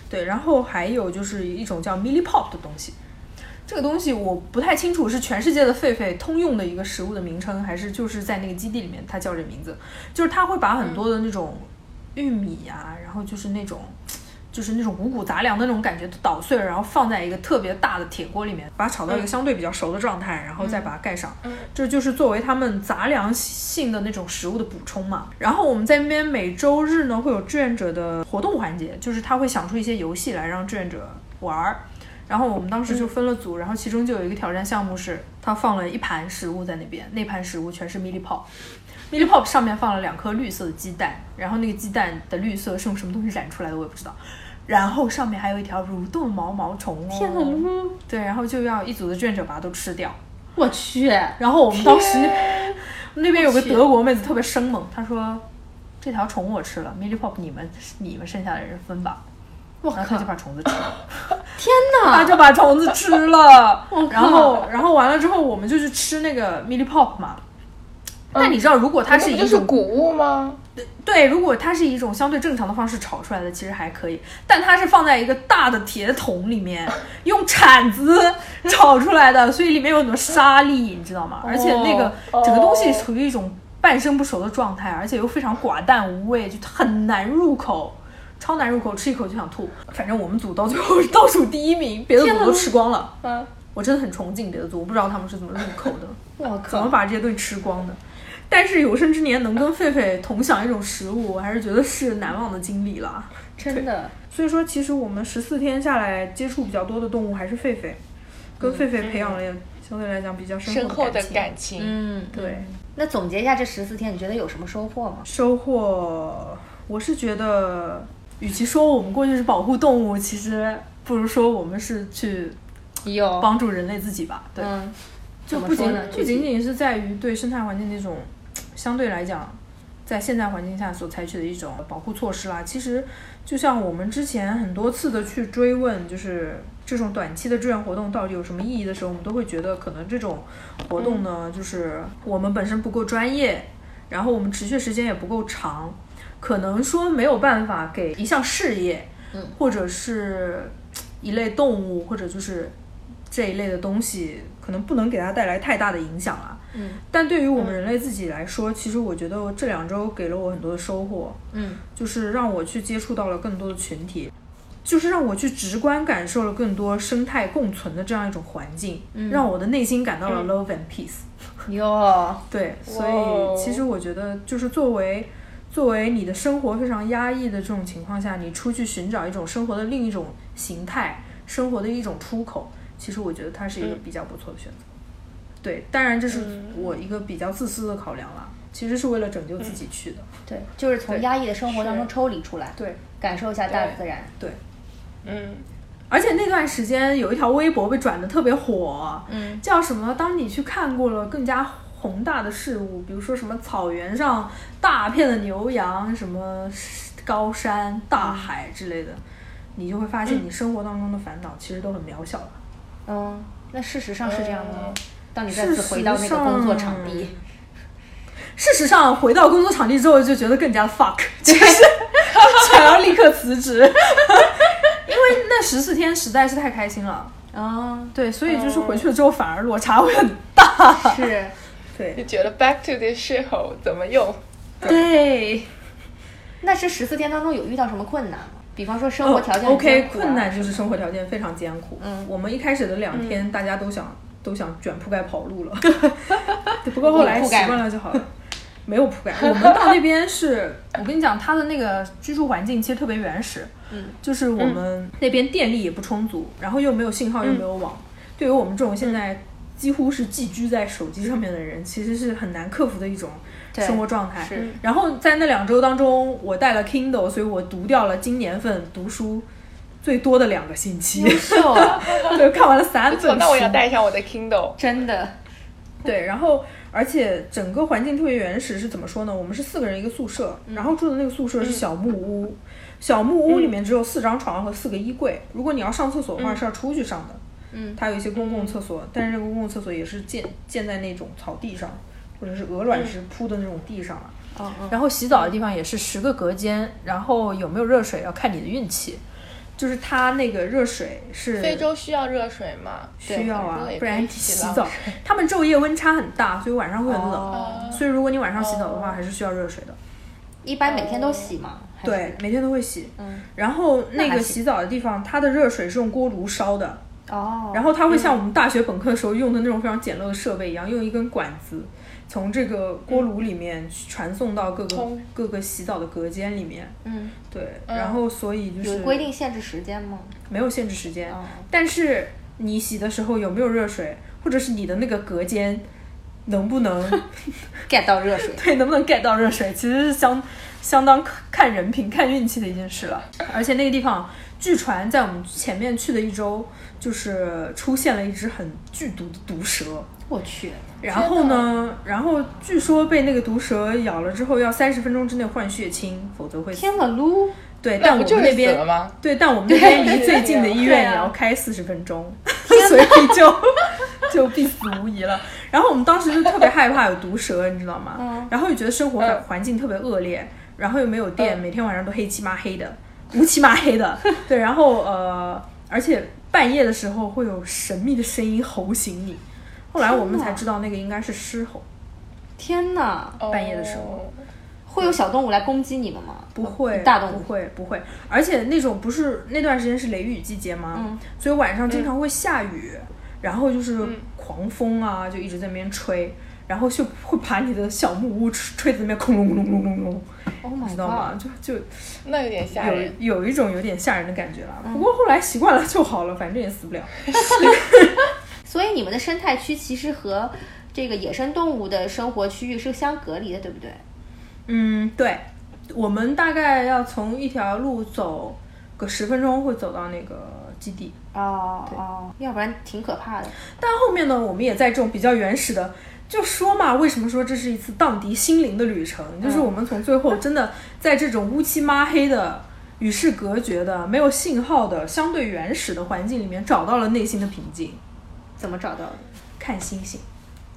[SPEAKER 3] 对，然后还有就是一种叫 mili pop 的东西，这个东西我不太清楚是全世界的狒狒通用的一个食物的名称，还是就是在那个基地里面它叫这名字，就是它会把很多的那种玉米啊，然后就是那种。就是那种五谷杂粮的那种感觉，都捣碎了，然后放在一个特别大的铁锅里面，把它炒到一个相对比较熟的状态，然后再把它盖上。这就是作为他们杂粮性的那种食物的补充嘛。然后我们在那边每周日呢会有志愿者的活动环节，就是他会想出一些游戏来让志愿者玩儿。然后我们当时就分了组，然后其中就有一个挑战项目是，他放了一盘食物在那边，那盘食物全是 mili pop。mili pop 上面放了两颗绿色的鸡蛋，然后那个鸡蛋的绿色是用什么东西染出来的，我也不知道。然后上面还有一条蠕动的毛毛虫哦，天哪！对，然后就要一组的志愿者把它都吃掉。
[SPEAKER 7] 我去，
[SPEAKER 3] 然后我们当时那那边有个德国妹子特别生猛，她说：“这条虫我吃了 m i l i pop 你们你们剩下的人分吧。”
[SPEAKER 7] 我
[SPEAKER 3] 然后她
[SPEAKER 7] 靠
[SPEAKER 3] 就，把虫子吃了，
[SPEAKER 7] 天
[SPEAKER 3] 她
[SPEAKER 7] 哪！
[SPEAKER 3] 就把虫子吃了
[SPEAKER 7] 我。靠
[SPEAKER 3] 然后然后完了之后，我们就去吃那个 m i l i pop 嘛。但你知道，如果它
[SPEAKER 4] 那
[SPEAKER 3] 是
[SPEAKER 4] 不
[SPEAKER 3] 一
[SPEAKER 4] 就是
[SPEAKER 3] 种
[SPEAKER 4] 谷物吗？
[SPEAKER 3] 对，如果它是以一种相对正常的方式炒出来的，其实还可以。但它是放在一个大的铁桶里面，用铲子炒出来的，所以里面有很多沙粒，你知道吗？而且那个整个东西处于一种半生不熟的状态，而且又非常寡淡无味，就很难入口。超难入口，吃一口就想吐。反正我们组到最后是倒数第一名，别的组都吃光了。
[SPEAKER 4] 嗯，
[SPEAKER 3] 我真的很崇敬别的族，我不知道他们是怎么入口的。
[SPEAKER 2] 我
[SPEAKER 3] 怎么
[SPEAKER 2] 靠，
[SPEAKER 3] 把这些东西吃光的？但是有生之年能跟狒狒同享一种食物，我还是觉得是难忘的经历了。
[SPEAKER 2] 真的，
[SPEAKER 3] 所以说，其实我们十四天下来接触比较多的动物还是狒狒，跟狒狒培养了相对来讲比较
[SPEAKER 4] 嗯深
[SPEAKER 3] 深
[SPEAKER 4] 厚
[SPEAKER 3] 厚
[SPEAKER 4] 的
[SPEAKER 3] 情。
[SPEAKER 4] 感情，
[SPEAKER 2] 嗯，
[SPEAKER 3] 对，
[SPEAKER 2] 那总结一下这十四天，你觉得有什么收获吗？
[SPEAKER 3] 收获，我是觉得，与其说我们过去是保护动物，其实不如说我们是去
[SPEAKER 2] 有
[SPEAKER 3] 帮助人类自己吧。对，
[SPEAKER 2] 哦嗯，
[SPEAKER 3] 就
[SPEAKER 2] 怎么
[SPEAKER 3] 不
[SPEAKER 2] 说
[SPEAKER 3] 仅
[SPEAKER 2] 呢
[SPEAKER 3] 不
[SPEAKER 2] 具体
[SPEAKER 3] 仅仅是在于对生态环境那种相对来讲，在现在环境下所采取的一种保护措施啦。其实就像我们之前很多次的去追问，就是这种短期的志愿活动到底有什么意义的时候，我们都会觉得可能这种活动
[SPEAKER 2] 嗯
[SPEAKER 3] 呢，就是我们本身不够专业，然后我们持续时间也不够长，可能说没有办法给一项事业，
[SPEAKER 2] 嗯
[SPEAKER 3] 或者是一类动物，或者就是这一类的东西，可能不能给它带来太大的影响啊。嗯，但对于我们人类自己来说，其实我觉得这两周给了我很多的收获。
[SPEAKER 2] 嗯，
[SPEAKER 3] 就是让我去接触到了更多的群体。就是让我去直观感受了更多生态共存的这样一种环境，让我的内心感到了 love and peace。
[SPEAKER 2] 有，
[SPEAKER 3] 对，所
[SPEAKER 4] 哇
[SPEAKER 3] 以其实我觉得，就是作为作为你的生活非常压抑的这种情况下，你出去寻找一种生活的另一种形态，生活的一种出口，其实我觉得它是一个比较不错的选择。对，当然这是我一个比较自私的考量啦，其实是为了拯救自己去的。
[SPEAKER 2] 对，就是从
[SPEAKER 3] 对
[SPEAKER 2] 压抑的生活当中抽离出来，
[SPEAKER 3] 对，
[SPEAKER 2] 感受一下大自然。
[SPEAKER 3] 对。
[SPEAKER 4] 嗯，
[SPEAKER 3] 而且那段时间有一条微博被转的特别火，
[SPEAKER 2] 嗯，
[SPEAKER 3] 叫什么？当你去看过了更加宏大的事物，比如说什么草原上大片的牛羊，什么高山、大海之类的，你就会发现你生活当中的烦恼其实都很渺小了。
[SPEAKER 2] 嗯，那事实上是这样的吗
[SPEAKER 3] 呃
[SPEAKER 4] 嗯？
[SPEAKER 2] 当你再次回到那个工作场地，
[SPEAKER 3] 事实上，回到工作场地之后就觉得更加 fuck，就是 想要立刻辞职，因为那十四天实在是太开心了。哦
[SPEAKER 2] 啊，
[SPEAKER 3] 对，所以就是回去了之后反而落差会很大。
[SPEAKER 2] 是，
[SPEAKER 4] 就觉得 back to this shithole 怎么又
[SPEAKER 3] 对。
[SPEAKER 2] 那这十四天当中有遇到什么困难吗？比方说生活条件、
[SPEAKER 3] 哦 OK，困难，就是生活条件非常艰苦。
[SPEAKER 2] 嗯
[SPEAKER 3] 我们一开始的两天，大家都想、都想卷铺盖跑路 了，对不过后来
[SPEAKER 2] 有铺
[SPEAKER 3] 习
[SPEAKER 2] 盖吗
[SPEAKER 3] 惯了就好了。没有铺盖，我们到那边是， 我跟你讲，它的那个居住环境其实特别原始，嗯，就是我们那边电力也不充足，然后又没有信号，又没有网，对于我们这种现在几乎是寄居在手机上面的人，其实是很难克服的一种
[SPEAKER 2] 对
[SPEAKER 3] 生活状态。
[SPEAKER 2] 是
[SPEAKER 3] 然后在那两周当中，我带了 Kindle，所以我读掉了今年份读书最多的两个星期，
[SPEAKER 2] 秀啊，
[SPEAKER 3] 对，看完了三
[SPEAKER 4] 不
[SPEAKER 3] 本
[SPEAKER 4] 错，。
[SPEAKER 3] 书
[SPEAKER 4] 那我要带上我的 Kindle。
[SPEAKER 2] 真的，
[SPEAKER 3] 对，然后而且整个环境特别原始，是怎么说呢？我们是四个人一个宿舍，
[SPEAKER 4] 嗯
[SPEAKER 3] 然后住的那个宿舍是小木屋，小木屋里面只有四张床和四个衣柜。如果你要上厕所的话，是要出去上的。
[SPEAKER 2] 嗯
[SPEAKER 3] 它有一些公共厕
[SPEAKER 4] 嗯
[SPEAKER 3] 所，但是这个公共厕所也是建建在那种草地上，或者是鹅卵
[SPEAKER 4] 嗯
[SPEAKER 3] 石铺的那种地上啊。
[SPEAKER 4] 哦
[SPEAKER 2] 嗯嗯，
[SPEAKER 3] 然后洗澡的地方也是十个隔间，然后有没有热水要看你的运气。就是它那个热水是
[SPEAKER 4] 非洲需要热水吗？
[SPEAKER 3] 需要
[SPEAKER 4] 对
[SPEAKER 3] 啊
[SPEAKER 4] 非洲也可以，
[SPEAKER 3] 不然你
[SPEAKER 4] 洗
[SPEAKER 3] 洗
[SPEAKER 4] 澡
[SPEAKER 3] 澡， 他们昼夜温差很大，所以晚上会很冷。
[SPEAKER 2] 哦
[SPEAKER 3] 所以如果你晚上洗澡的话，还是需要热水的。
[SPEAKER 2] 一般每天都洗嘛，还是
[SPEAKER 3] 对，，每天都会洗。
[SPEAKER 2] 嗯，
[SPEAKER 3] 然后
[SPEAKER 2] 那
[SPEAKER 3] 那
[SPEAKER 2] 还
[SPEAKER 3] 个
[SPEAKER 2] 行
[SPEAKER 3] 洗澡的地方，它的热水是用锅炉烧的，
[SPEAKER 2] 哦，
[SPEAKER 3] 然后它会像我们大学本科的时候用的那种非常简陋的设备一样，用一根管子从这个锅
[SPEAKER 2] 嗯
[SPEAKER 3] 炉里面传送到各个
[SPEAKER 4] 通
[SPEAKER 3] 各个洗澡的隔间里面。
[SPEAKER 2] 嗯，
[SPEAKER 3] 对，然后所以就
[SPEAKER 2] 有
[SPEAKER 3] 是
[SPEAKER 2] 规定限制时间吗？
[SPEAKER 3] 没有限制时间
[SPEAKER 2] 哦，
[SPEAKER 3] 但是你洗的时候有没有热水，或者是你的那个隔间能不能
[SPEAKER 2] get 到热水，
[SPEAKER 3] 对，能不能 get 到热水，其实是相相当看人品、看运气的一件事了。而且那个地方，据传在我们前面去的一周，就是出现了一只很剧毒的毒蛇。
[SPEAKER 2] 我去，
[SPEAKER 3] 然后呢，然后据说被那个毒蛇咬了之后，要三十分钟之内换血清，否则会死。
[SPEAKER 2] 天了噜，
[SPEAKER 3] 对，
[SPEAKER 4] 那
[SPEAKER 3] 但
[SPEAKER 4] 不
[SPEAKER 3] 我
[SPEAKER 4] 就
[SPEAKER 3] 们
[SPEAKER 4] 是
[SPEAKER 3] 那
[SPEAKER 4] 死了
[SPEAKER 3] 边
[SPEAKER 4] 吗？
[SPEAKER 3] 对，但我们那边离最近的医
[SPEAKER 4] 啊
[SPEAKER 3] 院也要开四十分钟， 所以就 就必死无疑了。然后我们当时就特别害怕有毒蛇，你知道吗？然后又觉得生活环
[SPEAKER 4] 嗯
[SPEAKER 3] 环境特别恶劣，然后又没有电，每天晚上都黑漆麻黑的，乌漆麻黑 的。对，然后呃，而且半夜的时候会有神秘的声音吼醒你。后来我们才知道那个应该是狮吼，
[SPEAKER 2] 天哪，
[SPEAKER 3] 半夜的时
[SPEAKER 4] 哦
[SPEAKER 3] 候
[SPEAKER 2] 会有小动物来攻击你们吗？
[SPEAKER 3] 不会，
[SPEAKER 2] 哦大动
[SPEAKER 3] 不
[SPEAKER 2] 物，
[SPEAKER 3] 会，不会。
[SPEAKER 2] 嗯
[SPEAKER 3] 而且那种不是那段时间是雷雨季节吗？所以晚上经常会下雨。然后就是狂风啊，就一直在那边吹，然后就会把你的小木屋吹吹在那边轰隆轰隆轰隆轰隆，
[SPEAKER 2] Oh my 哎
[SPEAKER 3] 知道吗？就就
[SPEAKER 4] 那有点吓人。
[SPEAKER 3] 有有一种有点吓人的感觉了。
[SPEAKER 2] 嗯
[SPEAKER 3] 不过后来习惯了就好了，反正也死不了。
[SPEAKER 2] 所以你们的生态区其实和这个野生动物的生活区域是相隔离的，对不对？
[SPEAKER 3] 嗯，对，我们大概要从一条路走个十分钟，会走到那个基地。
[SPEAKER 2] 哦哦，要不然挺可怕的。
[SPEAKER 3] 但后面呢，我们也在这种比较原始的，就说嘛，为什么说这是一次荡涤心灵的旅程？就是
[SPEAKER 2] 嗯
[SPEAKER 3] 我们从最后真的在这种乌漆抹黑的、与世隔绝的、没有信号的、相对原始的环境里面，找到了内心的平静。
[SPEAKER 2] 怎么找到的？
[SPEAKER 3] 看星星，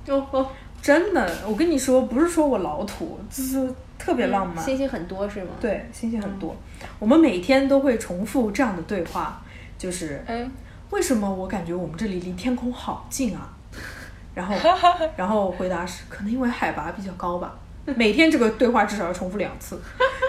[SPEAKER 2] 哦哦，
[SPEAKER 3] 真的，我跟你说，不是说我老土，就是特别浪漫。
[SPEAKER 2] 嗯星星很多是吗？，嗯
[SPEAKER 3] 对，星星很多，我们每天都会重复这样的对话，就是
[SPEAKER 4] 嗯，
[SPEAKER 3] 为什么我感觉我们这里离天空好近啊？然后，然后回答是可能因为海拔比较高吧。每天这个对话至少要重复两次，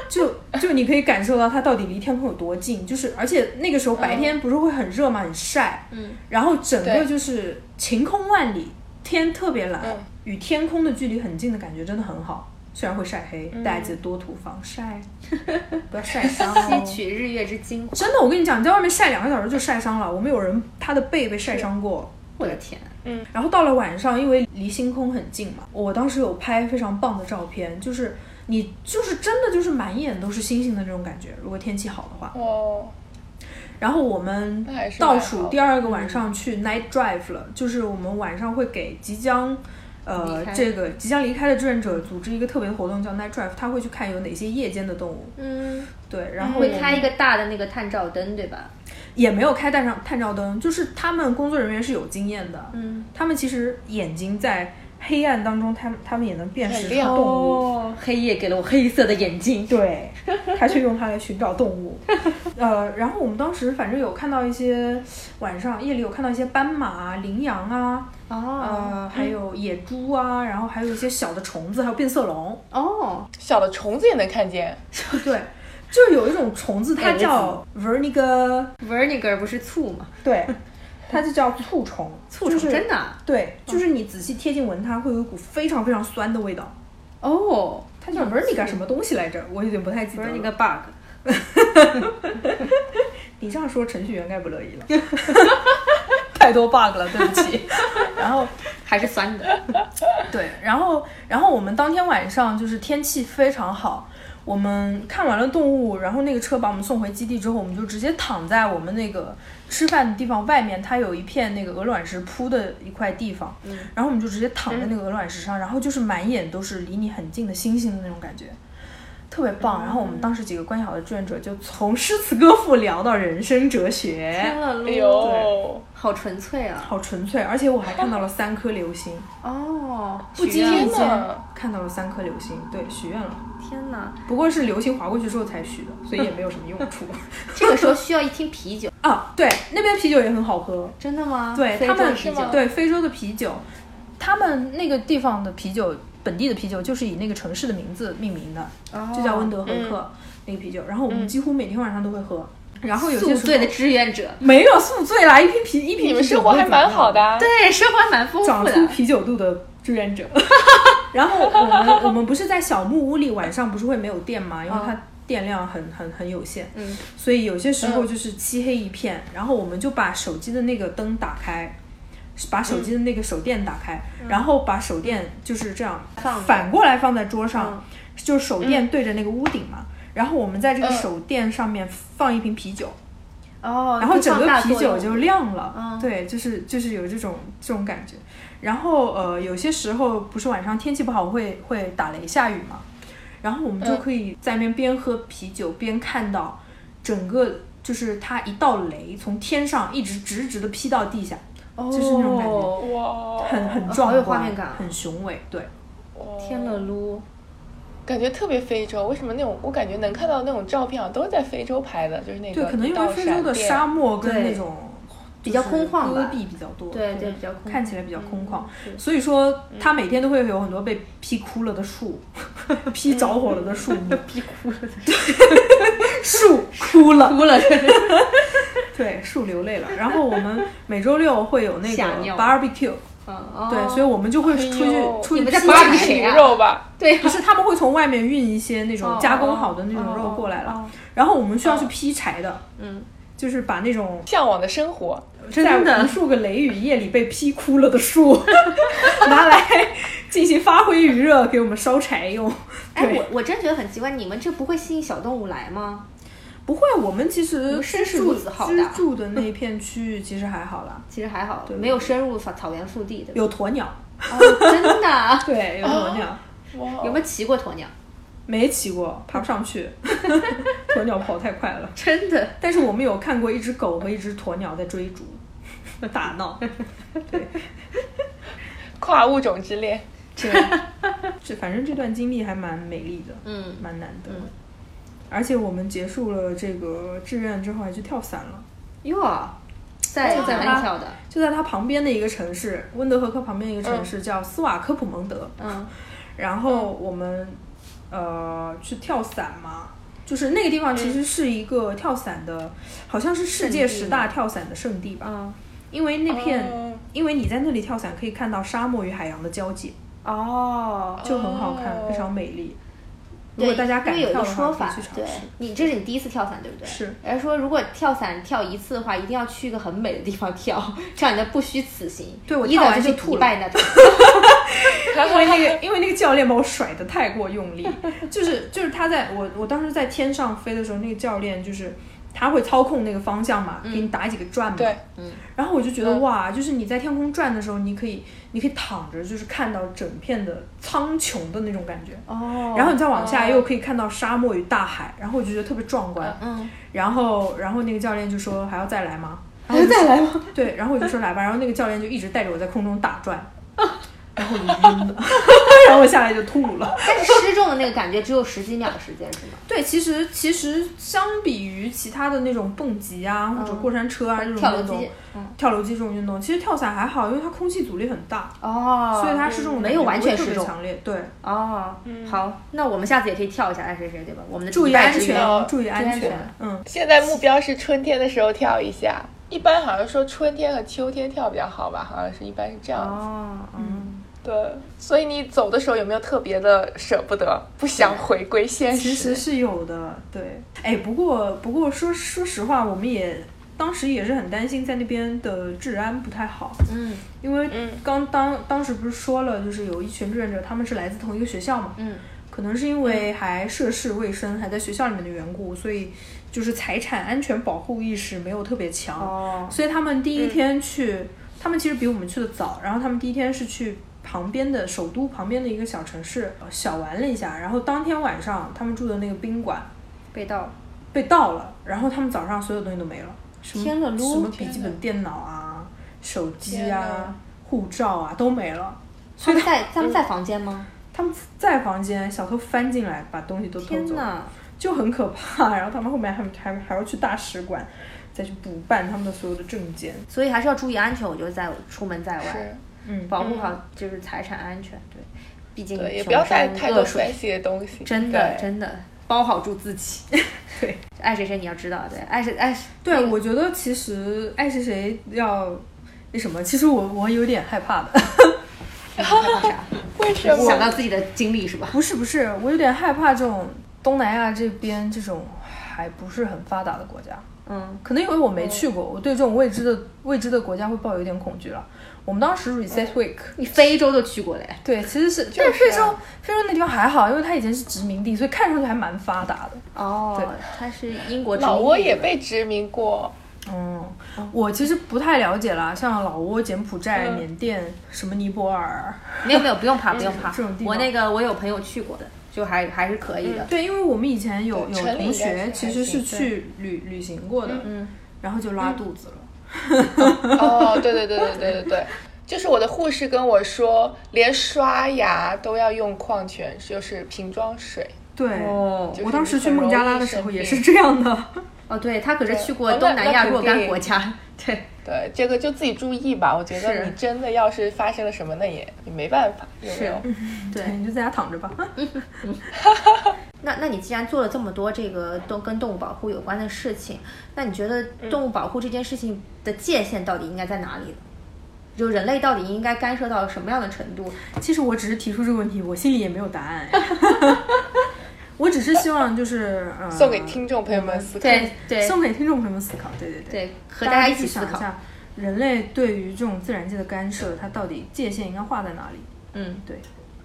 [SPEAKER 3] 就就你可以感受到它到底离天空有多近。就是而且那个时候白天不是会很热嘛，很晒，
[SPEAKER 2] 嗯，
[SPEAKER 3] 然后整个
[SPEAKER 4] 对
[SPEAKER 3] 就是晴空万里，天特别蓝
[SPEAKER 4] 嗯，
[SPEAKER 3] 与天空的距离很近的感觉真的很好。虽然会晒黑，大家记得多涂防晒， 不要晒伤哦。
[SPEAKER 2] 吸取日月之精华。
[SPEAKER 3] 真的，我跟你讲，你在外面晒两个小时就晒伤了。我们有人他的背被晒伤过，
[SPEAKER 2] 我的天，
[SPEAKER 3] 然后到了晚上，因为离星空很近嘛，我当时有拍非常棒的照片，就是你就是真的就是满眼都是星星的那种感觉。如果天气好的话，
[SPEAKER 4] 哦，
[SPEAKER 3] 然后我们
[SPEAKER 4] 那还是
[SPEAKER 3] 倒
[SPEAKER 4] 蛮好
[SPEAKER 3] 数
[SPEAKER 4] 的
[SPEAKER 3] 第二个晚上去 night drive 了，就是我们晚上会给即将。呃
[SPEAKER 2] 离，开
[SPEAKER 3] 这个即将离开的志愿者组织一个特别的活动，叫 Night Drive，他会去看有哪些夜间的动物。
[SPEAKER 2] 嗯，
[SPEAKER 3] 对，然后我
[SPEAKER 2] 会
[SPEAKER 3] 们
[SPEAKER 2] 开一个大的那个探照灯，对吧？
[SPEAKER 3] 也没有开探照探照灯，就是他们工作人员是有经验的，嗯，他们其实眼睛在黑暗当中，他们他们也能辨识
[SPEAKER 4] 很
[SPEAKER 3] 出
[SPEAKER 4] 亮
[SPEAKER 3] 动物。，
[SPEAKER 2] 哦黑夜给了我黑色的眼睛。
[SPEAKER 3] 对，他去用它来寻找动物。 呃，然后我们当时反正有看到一些晚上夜里有看到一些斑马啊、羚羊啊，
[SPEAKER 2] 哦
[SPEAKER 3] 呃，还有野猪啊，然后还有一些小的虫子，还有变色 龙。
[SPEAKER 2] 哦，
[SPEAKER 4] 小的虫子也能看见，
[SPEAKER 3] 对，就有一种虫子，它
[SPEAKER 2] 哎我
[SPEAKER 3] 叫 verniger，
[SPEAKER 2] vinegar 不是醋吗？
[SPEAKER 3] 对，它就叫醋虫，
[SPEAKER 2] 醋
[SPEAKER 3] 就
[SPEAKER 2] 虫
[SPEAKER 3] 是
[SPEAKER 2] 真的啊
[SPEAKER 3] 对，就是你仔细贴近闻它，会有一股非常非常酸的味道。
[SPEAKER 2] 哦，
[SPEAKER 3] 它叫 Vernica 什么东西来着？我有点不太记
[SPEAKER 2] 不
[SPEAKER 3] 得
[SPEAKER 2] 是那个
[SPEAKER 3] 了。
[SPEAKER 2] bug。
[SPEAKER 3] 你这样说，程序员该不乐意了。 太多 bug 了，对不起。然后
[SPEAKER 2] 还是酸的，
[SPEAKER 3] 对，然后然后我们当天晚上就是天气非常好，我们看完了动物，然后那个车把我们送回基地之后，我们就直接躺在我们那个吃饭的地方外面，它有一片那个鹅卵石铺的一块地方，然后我们就直接躺在那个鹅卵石上，然后就是满眼都是离你很近的星星的那种感觉。特别棒，然后我们当时几个关系好的志愿者就从诗词歌赋聊到人生哲学，
[SPEAKER 4] 哎呦，
[SPEAKER 2] 好纯粹啊！
[SPEAKER 3] 好纯粹，而且我还看到了三颗流星，
[SPEAKER 2] 哦，
[SPEAKER 3] 不经
[SPEAKER 2] 许
[SPEAKER 3] 意
[SPEAKER 2] 愿
[SPEAKER 4] 天
[SPEAKER 3] 间
[SPEAKER 4] 哪
[SPEAKER 3] 看到了三颗流星，对，许愿了。
[SPEAKER 2] 天哪，
[SPEAKER 3] 不过是流星划过去之后才许的，所以也没有什么用 处
[SPEAKER 2] 这个时候需要一听啤酒，
[SPEAKER 3] 啊。对，那边啤酒也很好喝，
[SPEAKER 2] 真的吗？
[SPEAKER 3] 对
[SPEAKER 2] 非
[SPEAKER 3] 他
[SPEAKER 2] 洲
[SPEAKER 3] 们
[SPEAKER 2] 啤
[SPEAKER 4] 吗
[SPEAKER 2] 酒，
[SPEAKER 3] 对非洲的啤酒，他们那个地方的啤酒，本地的啤酒就是以那个城市的名字命名的，
[SPEAKER 2] 哦
[SPEAKER 3] 就叫温德和克、
[SPEAKER 2] 嗯
[SPEAKER 3] 那个啤酒。然后我们几乎每天晚上都会喝，然后有些
[SPEAKER 2] 宿
[SPEAKER 3] 时
[SPEAKER 2] 醉
[SPEAKER 3] 候
[SPEAKER 2] 的志愿者，
[SPEAKER 3] 没有宿醉啦，一瓶啤一瓶
[SPEAKER 4] 你们
[SPEAKER 3] 啤酒
[SPEAKER 4] 生活
[SPEAKER 3] 不会
[SPEAKER 4] 还蛮
[SPEAKER 3] 怎么样
[SPEAKER 4] 好的，啊，
[SPEAKER 2] 对，生活还蛮丰
[SPEAKER 3] 长
[SPEAKER 2] 富
[SPEAKER 3] 出
[SPEAKER 2] 的。
[SPEAKER 3] 啤酒肚的志愿 者。然后我们我们不是在小木屋里，晚上不是会没有电嘛，因为它电量很很很有限，
[SPEAKER 2] 嗯，
[SPEAKER 3] 所以有些时候就是漆黑一片，然后我们就把手机的那个灯打开。把手机的那个手电打开，然后把手电就是这样
[SPEAKER 2] 嗯放着嗯
[SPEAKER 3] 反过来放在桌上，就是手电对着那个屋顶嘛。然后我们在这个
[SPEAKER 4] 嗯
[SPEAKER 3] 手电上面放一瓶啤酒，
[SPEAKER 2] 哦，
[SPEAKER 3] 然后整
[SPEAKER 2] 就
[SPEAKER 3] 个
[SPEAKER 2] 放大
[SPEAKER 3] 啤
[SPEAKER 2] 作用
[SPEAKER 3] 酒就亮了，
[SPEAKER 2] 嗯
[SPEAKER 3] 对，就是就是有这种这种感觉。然后呃，有些时候不是晚上天气不好会会打雷下雨嘛，然后我们就可以在那边边喝啤酒边看到整个就是它一道雷从天上一直直直的劈到地下，就是那种感觉，
[SPEAKER 2] 哦
[SPEAKER 4] 哇，
[SPEAKER 3] 很很
[SPEAKER 2] 好
[SPEAKER 3] 壮
[SPEAKER 2] 有
[SPEAKER 3] 观，
[SPEAKER 2] 画面感啊
[SPEAKER 3] 很雄伟，对。
[SPEAKER 2] 天了噜，
[SPEAKER 4] 感觉特别非洲。为什么那种我感觉能看到那种照片啊，都是在非洲拍的，就是那个
[SPEAKER 3] 对，可能因
[SPEAKER 4] 一道
[SPEAKER 3] 为非洲的
[SPEAKER 4] 闪电
[SPEAKER 3] 沙漠跟
[SPEAKER 2] 对
[SPEAKER 3] 那种
[SPEAKER 2] 比较
[SPEAKER 3] 就是
[SPEAKER 2] 空旷
[SPEAKER 3] 戈
[SPEAKER 2] 吧
[SPEAKER 3] 壁比较多，
[SPEAKER 2] 对对，比较空
[SPEAKER 3] 看起来比较空旷，
[SPEAKER 2] 嗯是
[SPEAKER 3] 所以说它每天都会有很多被劈枯了的树，劈着火了的
[SPEAKER 8] 嗯
[SPEAKER 3] 树木，劈枯了的树，树枯了，
[SPEAKER 2] 哭了，
[SPEAKER 3] 对，树流泪了。然后我们每周六会有那个
[SPEAKER 8] 吓尿
[SPEAKER 3] barbecue，
[SPEAKER 8] 嗯，
[SPEAKER 3] 对，所以我们就会出去、
[SPEAKER 4] 呦
[SPEAKER 3] 出去
[SPEAKER 8] 你们在
[SPEAKER 3] 批
[SPEAKER 8] 扒
[SPEAKER 3] 菜
[SPEAKER 8] 比
[SPEAKER 4] 是
[SPEAKER 8] 谁
[SPEAKER 4] 鱼
[SPEAKER 8] 啊
[SPEAKER 4] 肉吧？
[SPEAKER 8] 对
[SPEAKER 3] 不是，他们会从外面运一些那种
[SPEAKER 8] 哦
[SPEAKER 3] 加工好的那种肉过来了，然后我们需要去劈柴的，
[SPEAKER 8] 嗯，
[SPEAKER 3] 就是把那种
[SPEAKER 4] 向往的生活，
[SPEAKER 8] 真
[SPEAKER 3] 在
[SPEAKER 8] 的
[SPEAKER 3] 无数个雷雨夜里被劈枯了的 树拿来进行发挥余热，给我们烧柴用。
[SPEAKER 2] 哎，
[SPEAKER 3] 对
[SPEAKER 2] 我我真觉得很奇怪，你们这不会吸引小动物来吗？
[SPEAKER 3] 不会，我们其实
[SPEAKER 2] 绅士
[SPEAKER 3] 居住
[SPEAKER 2] 如此好的
[SPEAKER 3] 居住的那片区域其实还好啦，
[SPEAKER 2] 其实还好，
[SPEAKER 3] 对
[SPEAKER 2] 没有深入草草原腹地，对吧？
[SPEAKER 3] 有鸵鸟，
[SPEAKER 2] 哦、真的啊
[SPEAKER 3] 对，有鸵鸟，
[SPEAKER 4] 哇，
[SPEAKER 2] 有没有骑过鸵鸟？
[SPEAKER 3] 没骑过，爬不上 去，鸵鸟跑太快了。
[SPEAKER 2] 真的，
[SPEAKER 3] 但是我们有看过一只狗和一只鸵鸟在追逐，打闹。
[SPEAKER 4] 跨物种之恋？
[SPEAKER 3] 这反正这段经历还蛮美丽的，
[SPEAKER 2] 嗯，
[SPEAKER 3] 蛮难得的。
[SPEAKER 2] 嗯
[SPEAKER 3] 而且我们结束了这个志愿之后，还去跳伞了，
[SPEAKER 2] 哟，在
[SPEAKER 3] 就在
[SPEAKER 2] 哪
[SPEAKER 3] 它
[SPEAKER 2] 里跳的？
[SPEAKER 3] 就在它旁边的一个城市，温德河克旁边一个城市叫斯瓦科普蒙德。
[SPEAKER 2] 嗯，
[SPEAKER 3] 然后我们呃去跳伞嘛，就是那个地方
[SPEAKER 2] 嗯
[SPEAKER 3] 其实是一个跳伞的，好像是世界十大跳伞的圣地吧。
[SPEAKER 2] 嗯，
[SPEAKER 3] 因为那片，
[SPEAKER 4] 哦
[SPEAKER 3] 因为你在那里跳伞可以看到沙漠与海洋的交界，
[SPEAKER 2] 哦，
[SPEAKER 3] 就很好看，
[SPEAKER 4] 哦
[SPEAKER 3] 非常美丽。如果
[SPEAKER 2] 对，
[SPEAKER 3] 大家敢
[SPEAKER 2] 因为有
[SPEAKER 3] 跳
[SPEAKER 2] 一个
[SPEAKER 3] 的
[SPEAKER 2] 说
[SPEAKER 3] 话，可
[SPEAKER 2] 法
[SPEAKER 3] 以去，尝
[SPEAKER 2] 对
[SPEAKER 3] 试。
[SPEAKER 2] 你这是你第一次跳伞，对不对？
[SPEAKER 3] 是。
[SPEAKER 2] 人家说，如果跳伞跳一次的话，一定要去一个很美的地方跳，这样你就不虚此行。
[SPEAKER 3] 对我
[SPEAKER 2] 一
[SPEAKER 3] 跳
[SPEAKER 2] 的
[SPEAKER 3] 完
[SPEAKER 2] 就是
[SPEAKER 3] 就吐
[SPEAKER 2] 迪
[SPEAKER 3] 了
[SPEAKER 2] 拜那种。
[SPEAKER 3] 因为那个，因为那个教练把我甩得太过用 力，就是就是他在我我当时在天上飞的时候，那个教练就是他会操控那个方向嘛，
[SPEAKER 2] 嗯
[SPEAKER 3] 给你打几个转嘛。
[SPEAKER 4] 对，
[SPEAKER 3] 然后我就觉得
[SPEAKER 4] 嗯
[SPEAKER 3] 哇，就是你在天空转的时候，你可以你可以躺着，就是看到整片的苍穹的那种感觉。
[SPEAKER 2] 哦
[SPEAKER 3] 然后你再往下
[SPEAKER 4] 哦
[SPEAKER 3] 又可以看到沙漠与大海，然后我就觉得特别壮观。
[SPEAKER 2] 嗯，
[SPEAKER 3] 然后然后那个教练就说还要再来吗？还要再来吗？对，然后我就说来吧，然后那个教练就一直带着我在空中打 转，然后我就晕了， 然后我下来就吐了。
[SPEAKER 2] 但是失重的那个感觉只有十几秒的时间，是吗？
[SPEAKER 3] 对，其实其实相比于其他的那种蹦极啊或者过山车啊、这
[SPEAKER 2] 嗯跳
[SPEAKER 3] 种
[SPEAKER 2] 楼
[SPEAKER 3] 运动
[SPEAKER 2] 机，，嗯，
[SPEAKER 3] 跳楼机这种运动，其实跳伞还好，因为它空气阻力很大，
[SPEAKER 2] 哦，
[SPEAKER 3] 所以它失重的
[SPEAKER 2] 没有
[SPEAKER 3] 感觉
[SPEAKER 2] 完
[SPEAKER 3] 不会
[SPEAKER 2] 全
[SPEAKER 3] 特
[SPEAKER 2] 失
[SPEAKER 3] 别
[SPEAKER 2] 重
[SPEAKER 3] 强烈。对，
[SPEAKER 2] 哦。好，那我们下次也可以跳一下，爱谁谁，对吧？我们的
[SPEAKER 3] 注意
[SPEAKER 2] 迪拜
[SPEAKER 3] 安
[SPEAKER 2] 之旅
[SPEAKER 3] 全，注意
[SPEAKER 2] 注意
[SPEAKER 3] 安
[SPEAKER 2] 安
[SPEAKER 3] 全
[SPEAKER 2] 全。
[SPEAKER 3] 嗯，
[SPEAKER 4] 现在目标是春天的时候跳一下，一般好像说春天和秋天跳比较好吧，好像是一般是这样子。
[SPEAKER 2] 哦，嗯，
[SPEAKER 4] 对，所以你走的时候有没有特别的舍不得，不想回归现
[SPEAKER 3] 其实
[SPEAKER 4] 实？
[SPEAKER 3] 是有的。对，哎，不过不过说说实话，我们也当时也是很担心在那边的治安不太好，
[SPEAKER 2] 嗯
[SPEAKER 3] 因为
[SPEAKER 4] 嗯
[SPEAKER 3] 刚当当时不是说了，就是有一群志愿者，他们是来自同一个学校嘛，
[SPEAKER 2] 嗯，
[SPEAKER 3] 可能是因为还涉世未深，还在学校里面的缘故，所以就是财产安全保护意识没有特别强，
[SPEAKER 2] 哦，
[SPEAKER 3] 所以他们第一天去，他们其实比我们去的早，然后他们第一天是去旁边的首都旁边的一个小城市呃小玩了一下，然后当天晚上他们住的那个宾馆
[SPEAKER 2] 被盗了。
[SPEAKER 3] 被盗了，然后他们早上所有东西都没了，什么
[SPEAKER 2] 天了噜
[SPEAKER 3] 什么笔记本电脑啊、手机
[SPEAKER 4] 天
[SPEAKER 3] 啊
[SPEAKER 4] 呐、
[SPEAKER 3] 护照啊都没了。
[SPEAKER 2] 他们在他们在房间吗？
[SPEAKER 3] 他们在房间，小偷翻进来把东西都偷
[SPEAKER 2] 天
[SPEAKER 3] 走了。
[SPEAKER 2] 哪！
[SPEAKER 3] 就很可怕。然后他们后面还还还要去大使馆，再去补办他们的所有的证件。
[SPEAKER 2] 所以还是要注意安全，我觉得在出门在外
[SPEAKER 4] 是，
[SPEAKER 3] 嗯，
[SPEAKER 2] 保护好就是财产安全，对，毕竟
[SPEAKER 4] 对，也
[SPEAKER 2] 穷
[SPEAKER 4] 不要带
[SPEAKER 2] 山
[SPEAKER 4] 太
[SPEAKER 2] 恶
[SPEAKER 4] 多
[SPEAKER 2] 水
[SPEAKER 4] 酸性的东西。
[SPEAKER 2] 真的
[SPEAKER 4] 对
[SPEAKER 2] 真的包好住自己。
[SPEAKER 3] 对，
[SPEAKER 2] 爱谁谁你要知道，对，爱谁爱谁
[SPEAKER 3] 对，我觉得其实爱谁谁要那什么，其实我我有点害怕的。
[SPEAKER 4] 为什
[SPEAKER 2] 想
[SPEAKER 4] 么？
[SPEAKER 2] 到自己的经历是吧？
[SPEAKER 3] 不是不是，我有点害怕这种东南亚这边这种还不是很发达的国家。
[SPEAKER 2] 嗯，
[SPEAKER 3] 可能因为我没去过，我对这种未知的未知的国家会抱有一点恐惧了。我们当时 recess week，、
[SPEAKER 2] 嗯你非洲都去过嘞，
[SPEAKER 3] 对，其实是，
[SPEAKER 2] 啊
[SPEAKER 3] 但非洲非洲那地方还好，因为它以前是殖民地，所以看上去还蛮发达的。对
[SPEAKER 2] 哦，他是英国殖民
[SPEAKER 4] 老
[SPEAKER 2] 地
[SPEAKER 4] 挝也被殖民过，
[SPEAKER 3] 嗯，我其实不太了解啦，像老挝、柬埔寨、
[SPEAKER 4] 嗯
[SPEAKER 3] 缅甸、什么尼泊尔，
[SPEAKER 2] 没有没有不 用怕不用怕
[SPEAKER 3] 这种，地方
[SPEAKER 2] 我那个我有朋友去过的，就还还是可
[SPEAKER 4] 嗯
[SPEAKER 2] 以的。
[SPEAKER 3] 对，因为我们以前有有
[SPEAKER 4] 对城里
[SPEAKER 3] 同
[SPEAKER 4] 应该
[SPEAKER 3] 学
[SPEAKER 4] 是
[SPEAKER 3] 其
[SPEAKER 4] 还
[SPEAKER 3] 实
[SPEAKER 4] 行
[SPEAKER 3] 是去旅旅行过的，
[SPEAKER 2] 嗯，
[SPEAKER 3] 然后就拉肚子了。
[SPEAKER 4] 哦，对对对对对对 对，就是我的护士跟我说，连刷牙都要用矿泉水，就是瓶装水。
[SPEAKER 3] 对，
[SPEAKER 2] 哦
[SPEAKER 4] 就是
[SPEAKER 3] 我当时去孟加拉的时候也是
[SPEAKER 4] 你
[SPEAKER 3] 这 样的。
[SPEAKER 2] 哦，对他可是
[SPEAKER 4] 对
[SPEAKER 2] 去过
[SPEAKER 4] 哦那
[SPEAKER 2] 东南亚
[SPEAKER 4] 那肯
[SPEAKER 2] 若干
[SPEAKER 4] 定
[SPEAKER 2] 国家， 对，
[SPEAKER 4] 对，这个就自己注意吧。我觉
[SPEAKER 2] 是
[SPEAKER 4] 得你真的要是发生了什么，那也也没办法，有没有？嗯
[SPEAKER 3] 对，你就在家躺着吧。
[SPEAKER 2] 那那你既然做了这么多这个都跟动物保护有关的事情，那你觉得
[SPEAKER 4] 嗯
[SPEAKER 2] 动物保护这件事情的界限到底应该在哪里呢？就人类到底应该干涉到什么样的程度？
[SPEAKER 3] 其实我只是提出这个问题，我心里也没有答案。哎 我只是希望就是、呃、
[SPEAKER 4] 送给听众朋友们思考。
[SPEAKER 2] 对对
[SPEAKER 3] 送给听众朋友们思考，对对对，
[SPEAKER 2] 对，和大家一
[SPEAKER 3] 去
[SPEAKER 2] 起思
[SPEAKER 3] 想一
[SPEAKER 2] 考。
[SPEAKER 3] 下，人类对于这种自然界的干涉，它到底界限应该画在哪里？
[SPEAKER 2] 嗯，
[SPEAKER 3] 对，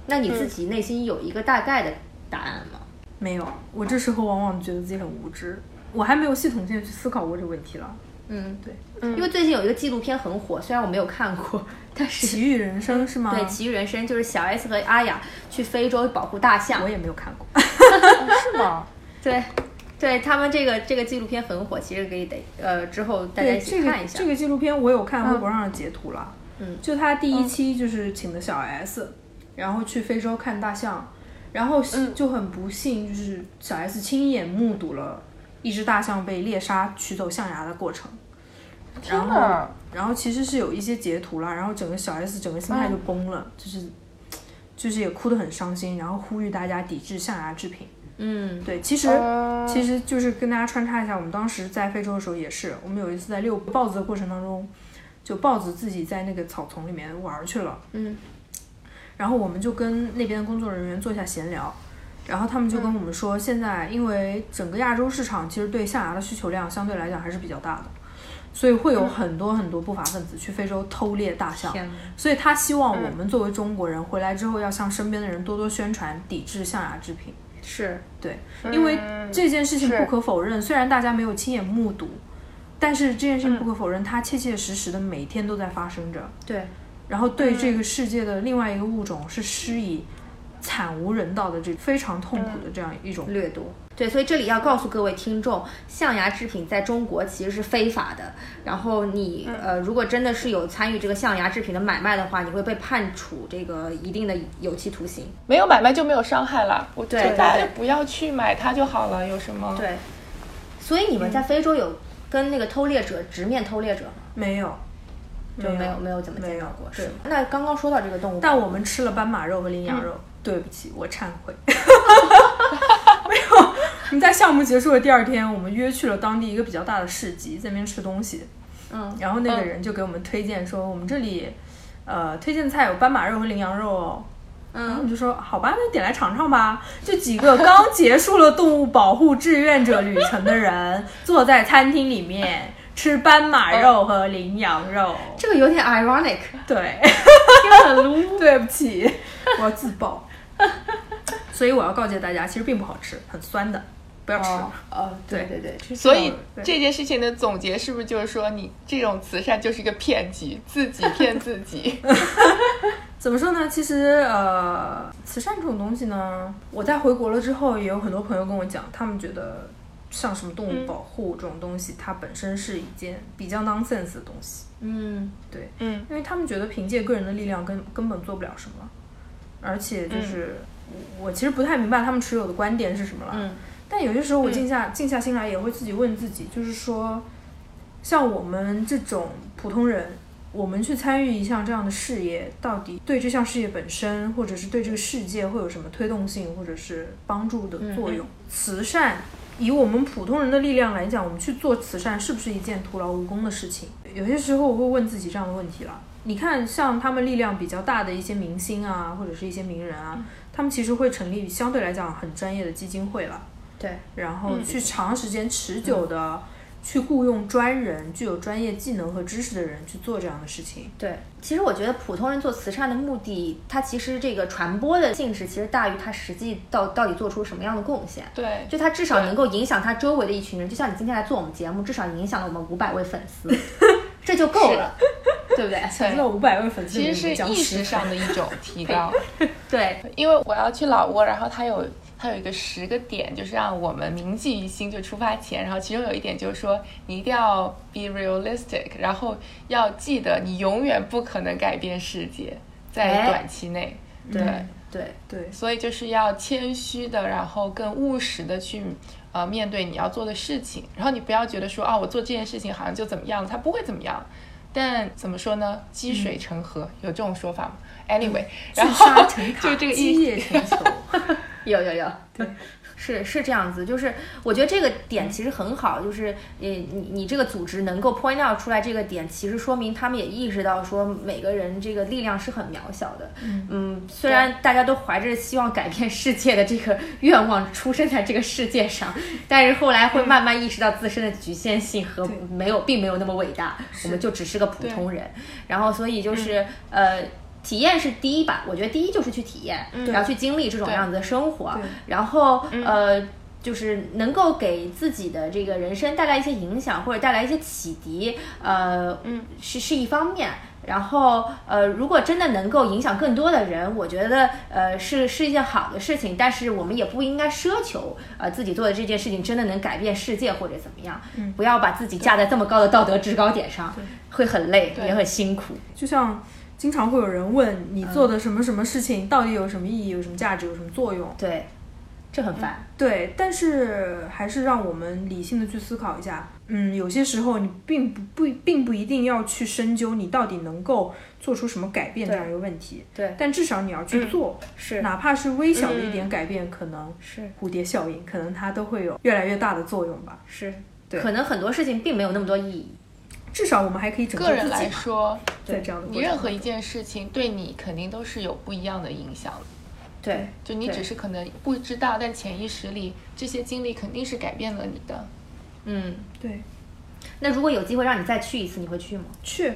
[SPEAKER 2] 那你自己内心有一个大概的答案吗？
[SPEAKER 3] 没有，我这时候往往觉得自己很无知，我还没有系统性地去思考过这个问题了。
[SPEAKER 2] 嗯，
[SPEAKER 3] 对，
[SPEAKER 2] 因为最近有一个纪录片很火，虽然我没有看过， 但是
[SPEAKER 3] 奇遇人生是吗？
[SPEAKER 2] 对《奇遇人生》就是小 S 和阿雅去非洲保护大象
[SPEAKER 3] 我，也没有看过。
[SPEAKER 4] 是吗？
[SPEAKER 2] 对，对他们这个这个纪录片很火，其实可以得呃之后大家
[SPEAKER 3] 对
[SPEAKER 2] 一
[SPEAKER 3] 这
[SPEAKER 2] 起
[SPEAKER 3] 个
[SPEAKER 2] 看一下。
[SPEAKER 3] 这个纪录片我有看微博上的截图了，
[SPEAKER 2] 嗯
[SPEAKER 3] 就他第一期就是请的小 S，、然后去非洲看大象，然
[SPEAKER 2] 嗯
[SPEAKER 3] 后就很不幸，就是小 S 亲眼目睹了一只大象被猎杀取走象牙的过程，
[SPEAKER 4] 天
[SPEAKER 3] 然后
[SPEAKER 4] 哪！
[SPEAKER 3] 然后其实是有一些截图啦，然后整个小 S 整个心态就崩了，就是就是也哭得很伤心，然后呼吁大家抵制象牙制品。
[SPEAKER 2] 嗯
[SPEAKER 3] 对，其实、
[SPEAKER 4] 哦
[SPEAKER 3] 其实就是跟大家穿插一下，我们当时在非洲的时候也是，我们有一次在遛豹子的过程当中，就豹子自己在那个草丛里面玩儿去了，
[SPEAKER 2] 嗯，
[SPEAKER 3] 然后我们就跟那边的工作人员做一下闲聊，然后他们就
[SPEAKER 2] 嗯
[SPEAKER 3] 跟我们说，现在因为整个亚洲市场其实对象牙的需求量相对来讲还是比较大的。所以会有很多很多不法分子去非洲偷猎大象，
[SPEAKER 2] 嗯天哪
[SPEAKER 3] 所以他希望我
[SPEAKER 2] 嗯
[SPEAKER 3] 们作为中国人回来之后要向身边的人多多宣传抵制象牙制品。
[SPEAKER 2] 是
[SPEAKER 3] 对，
[SPEAKER 2] 嗯
[SPEAKER 3] 因为这件事情
[SPEAKER 4] 是
[SPEAKER 3] 不可否认，虽然大家没有亲眼目睹，但是这件事情不可否认，它切切实实的每天都在发生着。
[SPEAKER 2] 对
[SPEAKER 3] 然后对这个世界的另外一个物种是施以惨无人道的这非常痛苦
[SPEAKER 2] 嗯
[SPEAKER 3] 的这样一种。
[SPEAKER 2] 掠夺。对，所以这里要告诉各位听众，象牙制品在中国其实是非法的。然后你、呃，如果真的是有参与这个象牙制品的买卖的话，你会被判处这个一定的有期徒刑。
[SPEAKER 4] 没有买卖就没有伤害啦，我就
[SPEAKER 2] 对
[SPEAKER 4] 大家不要去买它就好了，有什么？
[SPEAKER 2] 对，嗯所以你们在非洲有跟那个偷猎者直面偷猎者吗？
[SPEAKER 3] 没有，
[SPEAKER 2] 就没有
[SPEAKER 3] 没
[SPEAKER 2] 没有怎么见到过，
[SPEAKER 3] 对
[SPEAKER 2] 是吗？那刚刚说到这个动物，
[SPEAKER 3] 但我们吃了斑马肉和羚羊肉，对不起，我忏悔。 没有，我们在项目结束的第二天，我们约去了当地一个比较大的市集，在那边吃东西。
[SPEAKER 2] 嗯，
[SPEAKER 3] 然后那个人就给我们推荐说，我们这里，呃，推荐菜有斑马肉和羚羊肉哦。然后我们就说好吧，那就点来尝尝吧。就几个刚结束了动物保护志愿者旅程的人，坐在餐厅里面吃斑马肉和羚羊肉。
[SPEAKER 2] 这个有点 ironic，
[SPEAKER 3] 对，对不 起，我要自爆。所以我要告诫大家，其实并不好吃，很酸的，不要吃。
[SPEAKER 2] 哦哦，对
[SPEAKER 3] 对
[SPEAKER 2] 对对，
[SPEAKER 4] 所以
[SPEAKER 3] 对
[SPEAKER 4] 这件事情的总结是不是就是说，你这种慈善就是一个骗局，自己骗自己？
[SPEAKER 3] 怎么说呢？其实呃，慈善这种东西呢，我在回国了之后，也有很多朋友跟我讲，他们觉得像什么动
[SPEAKER 2] 嗯
[SPEAKER 3] 物保护这种东西，它本身是一件比较 nonsense 的东西，
[SPEAKER 2] 嗯
[SPEAKER 3] 对，
[SPEAKER 4] 嗯，
[SPEAKER 3] 因为他们觉得凭借个人的力量根根本做不了什么，而且就是、我我其实不太明白他们持有的观点是什么了，
[SPEAKER 2] 嗯
[SPEAKER 3] 但有些时候我静下、静下心来，也会自己问自己，就是说，像我们这种普通人，我们去参与一项这样的事业，到底对这项事业本身，或者是对这个世界会有什么推动性，或者是帮助的作用？慈善。以我们普通人的力量来讲，我们去做慈善是不是一件徒劳无功的事情？有些时候我会问自己这样的问题了。你看，像他们力量比较大的一些明星啊，或者是一些名人
[SPEAKER 4] 嗯
[SPEAKER 3] 啊，他们其实会成立相对来讲很专业的基金会了。
[SPEAKER 2] 对，
[SPEAKER 3] 然后
[SPEAKER 4] 嗯
[SPEAKER 3] 去长时间持久的、去雇佣专人、具有专业技能和知识的人去做这样的事情。
[SPEAKER 2] 对，其实我觉得普通人做慈善的目的，它其实这个传播的性质其实大于它实际到到底做出什么样的贡献。
[SPEAKER 4] 对，
[SPEAKER 2] 就它至少能够影响它周围的一群人，就像你今天来做我们节目，至少影响了我们五百位粉 丝，这就够了， 对不对？
[SPEAKER 4] 对
[SPEAKER 3] 五百位粉丝
[SPEAKER 4] 其实是意识上的一 种提高。
[SPEAKER 2] 对，
[SPEAKER 4] 因为我要去老挝，然后它有它有一个十个点，就是让我们铭记于心，就出发前，然后其中有一点就是说，你一定要 be realistic，然后要记得你永远不可能改变世界，在
[SPEAKER 2] 哎
[SPEAKER 4] 短期内，对。
[SPEAKER 2] 对，
[SPEAKER 3] 对，
[SPEAKER 4] 所以就是要谦虚的，然后更务实的去呃面对你要做的事情，然后你不要觉得说啊，我做这件事情好像就怎么样了，它不会怎么样。但怎么说呢？积水成河，有这种说法吗？Anyway，、然后
[SPEAKER 3] 嗯沉
[SPEAKER 4] 就这个
[SPEAKER 3] 基
[SPEAKER 4] 意
[SPEAKER 3] 业全球。
[SPEAKER 2] 有有有，对，是是这样子，就是我觉得这个点其实很好，就是呃，你你这个组织能够 point out 出来这个点，其实说明他们也意识到说每个人这个力量是很渺小的，嗯虽然大家都怀着希望改变世界的这个 愿望出生在这个世界上，但是后来会慢慢意识到自身的局限性和没有并没有那么伟大，我们就只是个普通人，然后所以就是、呃。体验是第一吧，我觉得第一就是去体验，然后去经历这种样子的生活，然后呃，就是能够给自己的这个人生带来一些影响或者带来一些启迪，呃，嗯，是是一方面。然后，呃，如果真的能够影响更多的人，我觉得，呃，是是一件好的事情。但是我们也不应该奢求，呃，自己做的这件事情真的能改变世界或者怎么样。嗯、不要把自己架在这么高的道德制高点上，会很累，也很辛苦。
[SPEAKER 3] 就像经常会有人问你做
[SPEAKER 4] 嗯
[SPEAKER 3] 的什么什么事情到底有什么意义、有什么价值、有什么作用？嗯
[SPEAKER 2] 对，这很烦。
[SPEAKER 3] 对，但是还是让我们理性的去思考一下。嗯，有些时候你并不不并不一定要去深究你到底能够做出什么改变这样一个问题，
[SPEAKER 2] 对，
[SPEAKER 3] 但至少你要去做，
[SPEAKER 4] 嗯
[SPEAKER 2] 是
[SPEAKER 3] 哪怕是微小的一点改变，可能
[SPEAKER 2] 是
[SPEAKER 3] 蝴蝶效应，可能它都会有越来越大的作用吧。
[SPEAKER 2] 是，
[SPEAKER 3] 对
[SPEAKER 2] 可能很多事情并没有那么多意义。
[SPEAKER 3] 至少我们还可以拯救
[SPEAKER 4] 个人
[SPEAKER 3] 自己
[SPEAKER 4] 来
[SPEAKER 3] 嘛，
[SPEAKER 4] 说，
[SPEAKER 3] 在这样的过
[SPEAKER 4] 你
[SPEAKER 3] 程
[SPEAKER 4] 任何
[SPEAKER 3] 中
[SPEAKER 4] 一件事情对你肯定都是有不一样的影响的。
[SPEAKER 2] 对，
[SPEAKER 4] 就你
[SPEAKER 2] 对
[SPEAKER 4] 只是可能不知道，但潜意识里这些经历肯定是改变了你的。
[SPEAKER 2] 嗯，
[SPEAKER 3] 对
[SPEAKER 2] 那如果有机会让你再去一次，你会去吗？
[SPEAKER 3] 去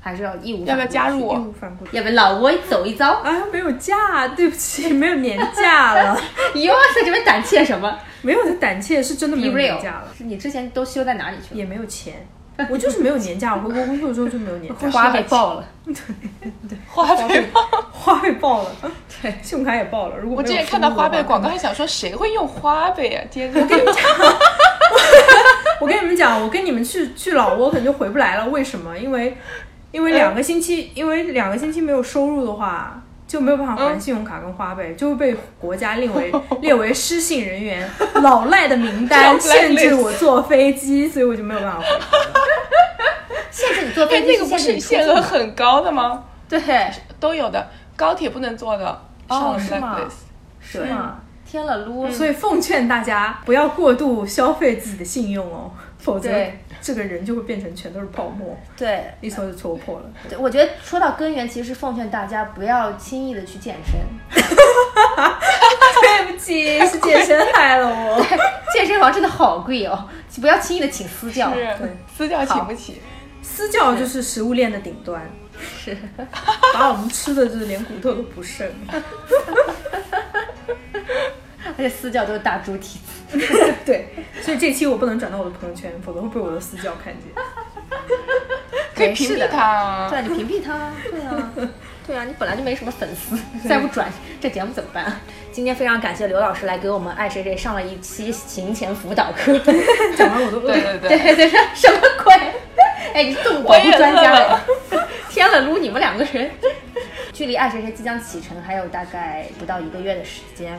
[SPEAKER 2] 还是要义无
[SPEAKER 4] 要不
[SPEAKER 2] 反顾
[SPEAKER 4] 要加入
[SPEAKER 2] 去
[SPEAKER 3] 义
[SPEAKER 4] 我？
[SPEAKER 3] 无反顾地。
[SPEAKER 2] 要不要老挝走一 遭？
[SPEAKER 3] 啊，没有假，对不起， 没有年假了，
[SPEAKER 2] 你又要在这边胆怯什么
[SPEAKER 3] 没有的胆怯是真的没
[SPEAKER 2] ？Be
[SPEAKER 3] 有年
[SPEAKER 2] real，
[SPEAKER 3] 假了，
[SPEAKER 2] 是你之前都休在哪里去
[SPEAKER 3] 也没有钱，我就是没有年假，我回国工作之后就没有年假
[SPEAKER 2] 了？， 花被爆了。
[SPEAKER 4] 花呗吗？
[SPEAKER 3] 花呗爆了，对，信用卡也爆了。如果
[SPEAKER 4] 我
[SPEAKER 3] 没
[SPEAKER 4] 之
[SPEAKER 3] 有
[SPEAKER 4] 前
[SPEAKER 3] 收
[SPEAKER 4] 看到
[SPEAKER 3] 入
[SPEAKER 4] 花
[SPEAKER 3] 的
[SPEAKER 4] 呗
[SPEAKER 3] 话
[SPEAKER 4] 广告，，还想说谁会用花呗呀、天哪！我跟你讲，
[SPEAKER 3] 我跟你们讲，我跟你们去去老挝，我可能就回不来了。为什么？因为因为两个星期，因为两个星期没有收入的话。就没有办法还信用卡跟花呗，就会被国家列为列为失信人员老赖的名单，
[SPEAKER 4] 这样
[SPEAKER 3] 限
[SPEAKER 4] blacklist
[SPEAKER 3] 制我坐飞机，所以我就没有办法回。
[SPEAKER 2] 限制你坐
[SPEAKER 4] 哎
[SPEAKER 2] 飞，
[SPEAKER 4] 那
[SPEAKER 2] 机
[SPEAKER 4] 个
[SPEAKER 2] 是
[SPEAKER 4] 不
[SPEAKER 2] 限制
[SPEAKER 4] 是
[SPEAKER 2] 你出
[SPEAKER 4] 限额很高的吗？
[SPEAKER 2] 对，
[SPEAKER 4] 都有的，高铁不能坐的，上了
[SPEAKER 2] 哦是吗
[SPEAKER 4] blacklist。
[SPEAKER 2] 是吗？天了噜，
[SPEAKER 3] 所以奉劝大家不要过度消费自己的信用 哦，否则
[SPEAKER 2] 对
[SPEAKER 3] 这个人就会变成全都是泡沫，
[SPEAKER 2] 对
[SPEAKER 3] 一搓就戳破了。
[SPEAKER 2] 对，我觉得说到根源，其实是奉劝大家不要轻易的去健身。
[SPEAKER 3] 对不起，是健身害了我。
[SPEAKER 2] 健身房真的好贵哦，不要轻易的请私教。
[SPEAKER 4] 是私教请不起，
[SPEAKER 3] 私教就是食物链的顶端，
[SPEAKER 2] 是，
[SPEAKER 3] 把我们吃的就是连骨头都不剩。
[SPEAKER 2] 而且私教都是大猪蹄 子。
[SPEAKER 3] 对，所以这期我不能转到我的朋友圈，否则会被我的私教看 见。
[SPEAKER 4] 可以
[SPEAKER 2] 没事
[SPEAKER 4] 屏蔽
[SPEAKER 2] 的
[SPEAKER 4] 他啊
[SPEAKER 2] 对。啊，你屏蔽他，对啊， 对啊，你本来就没什么粉丝， 再不转这节目怎么办啊？今天非常感谢刘老师来给我们爱谁谁上了一期行前辅导 课，
[SPEAKER 3] 讲完我都饿
[SPEAKER 4] 对
[SPEAKER 3] 了。
[SPEAKER 4] 对
[SPEAKER 2] 对
[SPEAKER 4] 对，
[SPEAKER 2] 对对，什么鬼？ 哎，你是动物保护专家呀！ 天了噜，你们两个人，距离爱谁谁即将启程还有大概不到一个月的时间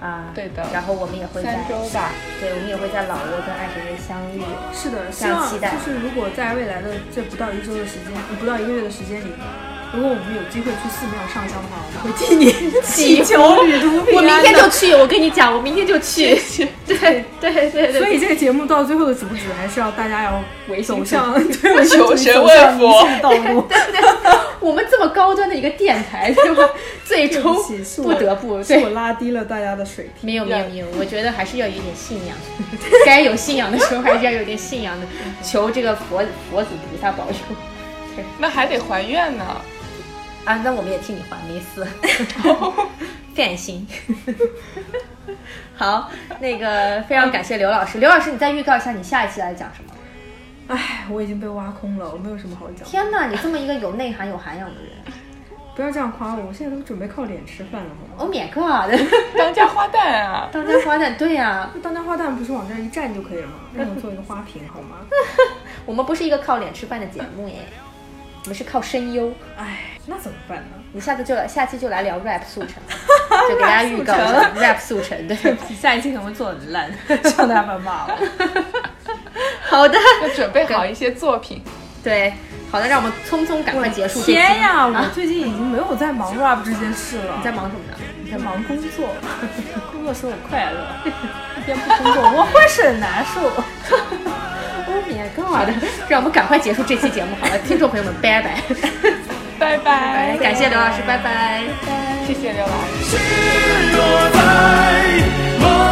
[SPEAKER 2] 啊。
[SPEAKER 4] 对的
[SPEAKER 2] 然后我们也会在
[SPEAKER 4] 三周吧。
[SPEAKER 2] 对，我们也会在老挝跟爱谁谁相遇。
[SPEAKER 3] 是的，
[SPEAKER 2] 非
[SPEAKER 3] 希
[SPEAKER 2] 常
[SPEAKER 3] 望
[SPEAKER 2] 期
[SPEAKER 3] 就
[SPEAKER 2] 待
[SPEAKER 3] 是如果在未来的这不到一周的时间，呃不到一个月的时间里，如果我们有机会去寺庙上香的话，我们会替你祈求旅途平安。
[SPEAKER 2] 我明天就。去，我跟你讲，我明天就 去。对对对对对
[SPEAKER 3] 所以这个节目到最后的主旨还是要大家要
[SPEAKER 2] 唯心
[SPEAKER 3] 走
[SPEAKER 2] 主义
[SPEAKER 3] 向 对
[SPEAKER 4] 求神
[SPEAKER 3] 走
[SPEAKER 4] 问佛
[SPEAKER 3] 向迷信的道 路。
[SPEAKER 2] 我们这么高端的一个电台，对吧？最终
[SPEAKER 3] 对不起是我
[SPEAKER 2] 不得不
[SPEAKER 3] 是我
[SPEAKER 2] 对，
[SPEAKER 3] 拉低了大家的水平。
[SPEAKER 2] 没有没有没有，我觉得还是要有一点信仰， 该有信仰的时候还是要有点信仰的，求这个佛佛祖菩萨保佑
[SPEAKER 4] 那还得还愿呢。
[SPEAKER 2] 啊！那我们也替你还，没 事，善心。好，那个非常感谢刘老师，刘老师，你再预告一下你下一期来讲什么？
[SPEAKER 3] 唉，我已经被挖空了，我没有什么好讲。
[SPEAKER 2] 天哪，你这么一个有内涵、有涵养的 人
[SPEAKER 3] 不要这样夸我，我现在都准备靠脸吃饭了，好吗？
[SPEAKER 2] ，Oh my god！
[SPEAKER 4] 当家花旦啊，
[SPEAKER 2] 当家花旦，对呀、啊
[SPEAKER 3] 当家花旦不是往这儿一站就 可以了吗？哎让我做一个花瓶好吗？
[SPEAKER 2] 我们不是一个靠脸吃饭的节目耶，我们是靠声优。
[SPEAKER 3] 唉，那怎么办呢？
[SPEAKER 2] 你下次就来，下期就来聊 rap 速 成，就给大家预告一下 rap 速成。对，
[SPEAKER 3] 下一期可能会做的 烂，希望大家不要骂 我。
[SPEAKER 2] 好的，
[SPEAKER 4] 要准备好一些作品。
[SPEAKER 2] 对，好的，让我们匆匆赶快结束这期。
[SPEAKER 3] 天呀，
[SPEAKER 2] 啊
[SPEAKER 3] 我最近已经没有在忙 rap 这件事了
[SPEAKER 2] 你。在忙什么呢？
[SPEAKER 3] 一天忙工作，工作使我快乐， 一天不工作我浑身难受。
[SPEAKER 2] Oh my god！让我们赶快结束这期节目好了，听众朋友们，拜 拜！哎
[SPEAKER 4] 拜拜，
[SPEAKER 2] 感谢刘老师，拜拜
[SPEAKER 4] 谢谢刘老师。
[SPEAKER 8] 赤裸在梦